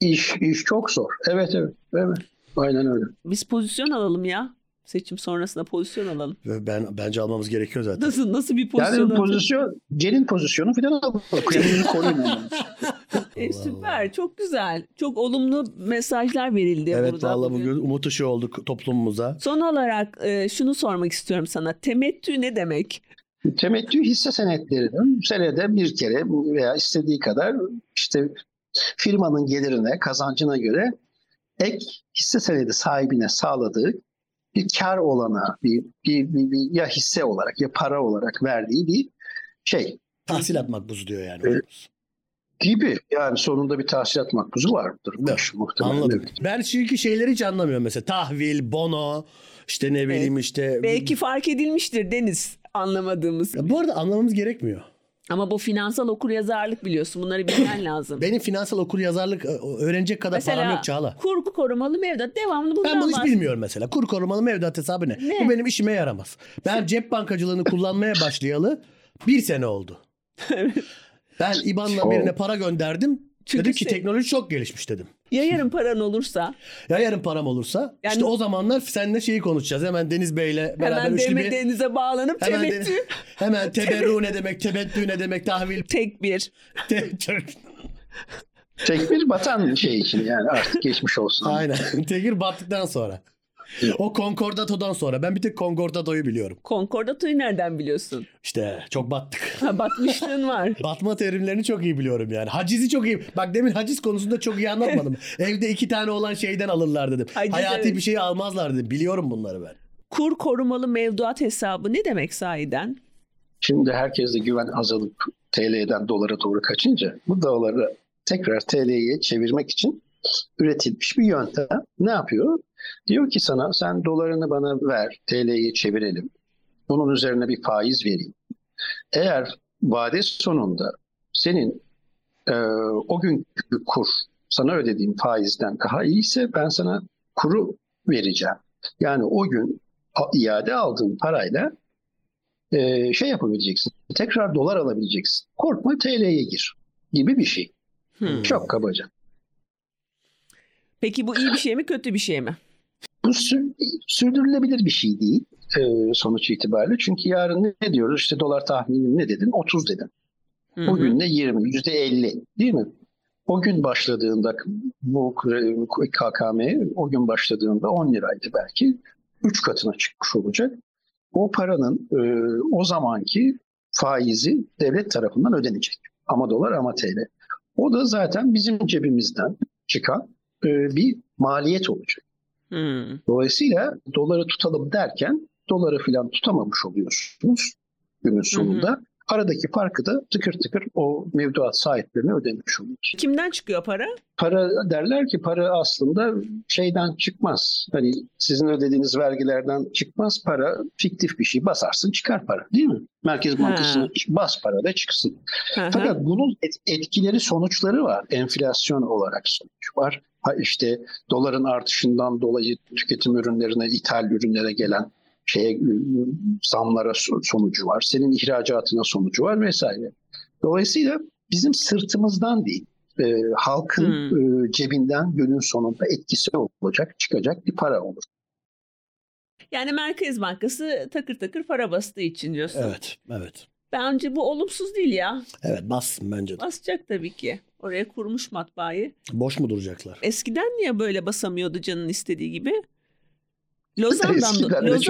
Speaker 4: iş iş çok zor. Evet evet. Evet. Aynen öyle.
Speaker 2: Biz pozisyon alalım ya. Seçim sonrasında pozisyon alalım.
Speaker 1: Ve Ben bence almamız gerekiyor zaten.
Speaker 2: Nasıl nasıl bir pozisyon
Speaker 4: Yani
Speaker 2: alalım?
Speaker 4: pozisyon, Cen'in pozisyonu falan alalım. Kıyamını koruyun. onu.
Speaker 2: E, süper, çok güzel. Çok olumlu mesajlar verildi
Speaker 1: Evet
Speaker 2: burada.
Speaker 1: valla
Speaker 2: bugün.
Speaker 1: bugün umut ışığı olduk toplumumuza.
Speaker 2: Son olarak e, şunu sormak istiyorum sana. Temettü ne demek?
Speaker 4: Temettü hisse senetlerinin senede bir kere veya istediği kadar işte firmanın gelirine, kazancına göre ek hisse senedi sahibine sağladığı bir kar olana, bir, bir, bir- bir- ya hisse olarak ya para olarak verdiği bir şey
Speaker 1: Tahsilat makbuzu diyor yani.
Speaker 4: Evet. gibi. Yani sonunda bir tahsilat makbuzu vardır. bu
Speaker 1: Evet,
Speaker 4: iş muhtemelen.
Speaker 1: Anladım.
Speaker 4: Evet.
Speaker 1: Ben çünkü şeyleri hiç anlamıyorum mesela. Tahvil, bono, işte ne bileyim işte.
Speaker 2: Belki fark edilmiştir Deniz anlamadığımız.
Speaker 1: Ya Bu arada anlamamız gerekmiyor.
Speaker 2: Ama bu finansal okuryazarlık biliyorsun. Bunları bilmen lazım.
Speaker 1: Benim finansal okur yazarlık öğrenecek kadar param
Speaker 2: Mesela
Speaker 1: yok Çağla.
Speaker 2: kur korumalı mevduat devamlı bundan
Speaker 1: Ben bunu hiç
Speaker 2: bahsediyor.
Speaker 1: bilmiyorum mesela. Kur korumalı mevduat hesabı ne?
Speaker 2: Ne?
Speaker 1: Bu benim işime yaramaz. Ben cep bankacılığını kullanmaya başlayalı bir sene oldu. ben IBAN'la
Speaker 4: Oo.
Speaker 1: birine para gönderdim.
Speaker 2: Çünkü şey-
Speaker 1: dedim ki
Speaker 2: se-
Speaker 1: teknoloji çok gelişmiş dedim.
Speaker 2: Ya yarın paran olursa
Speaker 1: Ya yarın param olursa
Speaker 2: Yani-
Speaker 1: işte o zamanlar seninle şeyi konuşacağız. Hemen Deniz Bey'le beraber
Speaker 2: hemen
Speaker 1: üçlü
Speaker 2: DM
Speaker 1: bir...
Speaker 2: Deniz'e bağlanıp
Speaker 1: Hemen,
Speaker 2: temettü
Speaker 1: Deniz- hemen teberru ne demek, tebettü ne demek, tahvil.
Speaker 2: tek bir.
Speaker 1: te- te-
Speaker 4: Tek bir batan şey için yani artık geçmiş olsun.
Speaker 1: Aynen. Tekir battıktan sonra. O Concordato'dan sonra. Ben bir tek Concordato'yu biliyorum.
Speaker 2: Konkordatoyu nereden biliyorsun?
Speaker 1: İşte çok battık.
Speaker 2: Ha, batmışlığın var.
Speaker 1: Batma terimlerini çok iyi biliyorum yani. Hacizi çok iyi. Bak demin haciz konusunda çok iyi anlatmadım. Evde iki tane olan şeyden alırlar dedim.
Speaker 2: Haciz,
Speaker 1: Hayati
Speaker 2: evet.
Speaker 1: bir şey almazlar dedim. Biliyorum bunları ben.
Speaker 2: Kur korumalı mevduat hesabı ne demek sahiden?
Speaker 4: Şimdi herkeste güven azalıp TL'den dolara doğru kaçınca bu doları tekrar TL'ye çevirmek için üretilmiş bir yöntem. Ne yapıyor? Diyor ki sana sen dolarını bana ver, TL'ye çevirelim. Bunun üzerine bir faiz vereyim. Eğer vade sonunda senin e, o günkü kur sana ödediğim faizden daha iyiyse ben sana kuru vereceğim. Yani o gün a- iade aldığın parayla e, şey yapabileceksin. Tekrar dolar alabileceksin. Korkma TL'ye gir gibi bir şey.
Speaker 2: Hmm.
Speaker 4: Çok kabaca.
Speaker 2: Peki bu iyi bir şey mi kötü bir şey mi?
Speaker 4: Bu sü- sürdürülebilir bir şey değil e, sonuç itibariyle. Çünkü yarın ne diyoruz? İşte dolar tahmini ne dedin? 30 dedin.
Speaker 2: Hı hı.
Speaker 4: Bugün de 20, yüzde 50 değil mi? O gün başladığında bu KKM o gün başladığında 10 liraydı belki. 3 katına çıkmış olacak. O paranın e, o zamanki faizi devlet tarafından ödenecek. Ama dolar ama TL. O da zaten bizim cebimizden çıkan e, bir maliyet olacak.
Speaker 2: Hmm.
Speaker 4: Dolayısıyla doları tutalım derken doları filan tutamamış oluyorsunuz günün sonunda. Aradaki farkı da tıkır tıkır o mevduat sahiplerine ödemiş oluyor.
Speaker 2: Kimden çıkıyor para?
Speaker 4: Para derler ki para aslında şeyden çıkmaz. Hani sizin ödediğiniz vergilerden çıkmaz para fiktif bir şey. Basarsın çıkar para değil mi? Merkez
Speaker 2: Ha.
Speaker 4: Bankası'na bas para da çıksın.
Speaker 2: Hı hı.
Speaker 4: Fakat bunun et- etkileri, sonuçları var. Enflasyon olarak sonuç var. Ha işte doların artışından dolayı tüketim ürünlerine, ithal ürünlere gelen şeye ü- zamlara so- sonucu var. Senin ihracatına sonucu var vesaire. Dolayısıyla bizim sırtımızdan değil, e, halkın
Speaker 2: Hmm.
Speaker 4: e, cebinden günün sonunda etkisi olacak, çıkacak bir para olur.
Speaker 2: Yani Merkez Bankası takır takır para bastığı için diyorsun.
Speaker 1: Evet. Evet.
Speaker 2: Bence bu olumsuz değil ya.
Speaker 1: Evet bassın bence de.
Speaker 2: Basacak tabii ki. Oraya kurmuş matbaayı.
Speaker 1: Boş mu duracaklar?
Speaker 2: Eskiden niye böyle basamıyordu canın istediği gibi? Lozan'dan,
Speaker 4: Eskiden
Speaker 2: do-
Speaker 4: de
Speaker 2: Lozan,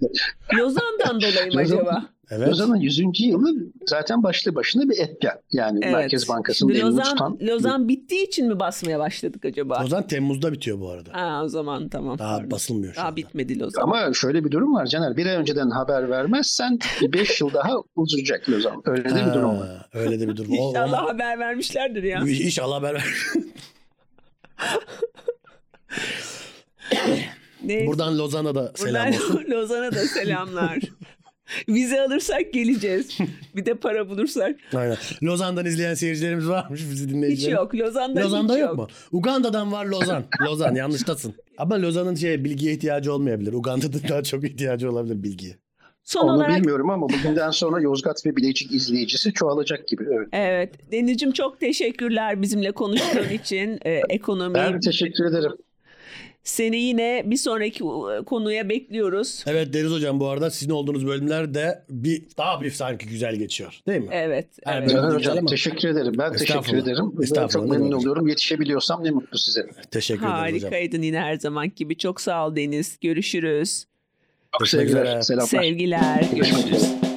Speaker 4: çok-
Speaker 2: Lozan'dan dolayı mı
Speaker 4: Lozan-
Speaker 2: acaba?
Speaker 1: Evet.
Speaker 4: Lozan'ın 100. yılı zaten başlı başına bir etken. Yani
Speaker 2: Evet.
Speaker 4: Merkez Bankası'nın
Speaker 2: Şimdi
Speaker 4: elini
Speaker 2: Lozan,
Speaker 4: tutan
Speaker 2: Lozan bittiği için mi basmaya başladık acaba?
Speaker 1: Lozan Temmuz'da bitiyor bu arada.
Speaker 2: Ha, o zaman tamam.
Speaker 1: Daha basılmıyor şu
Speaker 2: Daha
Speaker 1: anda.
Speaker 2: bitmedi Lozan.
Speaker 4: Ama şöyle bir durum var Caner. Bir ay önceden haber vermezsen 5 yıl daha uzayacak Lozan. Öyle de bir durum var.
Speaker 1: Ha, öyle de bir durum. O-
Speaker 2: İnşallah haber vermişlerdir ya.
Speaker 1: o- İnşallah haber ver.
Speaker 2: Neyse.
Speaker 1: Buradan Lozan'a da selam
Speaker 2: Buradan
Speaker 1: olsun.
Speaker 2: Lozan'a da selamlar. Vize alırsak geleceğiz. Bir de para bulursak.
Speaker 1: Aynen. Lozan'dan izleyen seyircilerimiz varmış bizi
Speaker 2: Hiç
Speaker 1: dinleyiciler.
Speaker 2: yok. Lozan'da,
Speaker 1: Lozan'da
Speaker 2: hiç
Speaker 1: yok mu? Uganda'dan var Lozan. Lozan yanlıştasın. Ama Lozan'ın şey bilgiye ihtiyacı olmayabilir. Uganda'da daha çok ihtiyacı olabilir bilgiye.
Speaker 2: Son
Speaker 4: Onu
Speaker 2: olarak
Speaker 4: bilmiyorum ama bugünden sonra Yozgat ve Bilecik izleyicisi çoğalacak gibi. Evet.
Speaker 2: evet Deniz'cim çok teşekkürler bizimle konuştuğun için. Ee, ekonomi.
Speaker 4: Ben teşekkür ederim.
Speaker 2: Seni yine bir sonraki e, konuya bekliyoruz.
Speaker 1: Evet Deniz Hocam bu arada sizin olduğunuz bölümler de bir daha bir sanki güzel geçiyor. Değil mi?
Speaker 2: Evet.
Speaker 1: Her
Speaker 2: evet.
Speaker 1: bölüm-
Speaker 4: Caner
Speaker 1: Güzel
Speaker 4: Hocam
Speaker 1: ama-
Speaker 4: teşekkür ederim. Ben teşekkür
Speaker 1: Estağfurullah.
Speaker 4: ederim. Ben
Speaker 1: Estağfurullah,
Speaker 4: çok
Speaker 1: ne
Speaker 4: memnun
Speaker 1: demek.
Speaker 4: oluyorum. Yetişebiliyorsam ne mutlu size.
Speaker 1: Teşekkür ederim hocam.
Speaker 2: Harikaydın yine her zaman gibi. Çok sağ ol Deniz. Görüşürüz.
Speaker 4: Çok
Speaker 1: Görüşmek
Speaker 4: sevgiler.
Speaker 1: üzere.
Speaker 4: Selamlar.
Speaker 2: Sevgiler. Görüşürüz.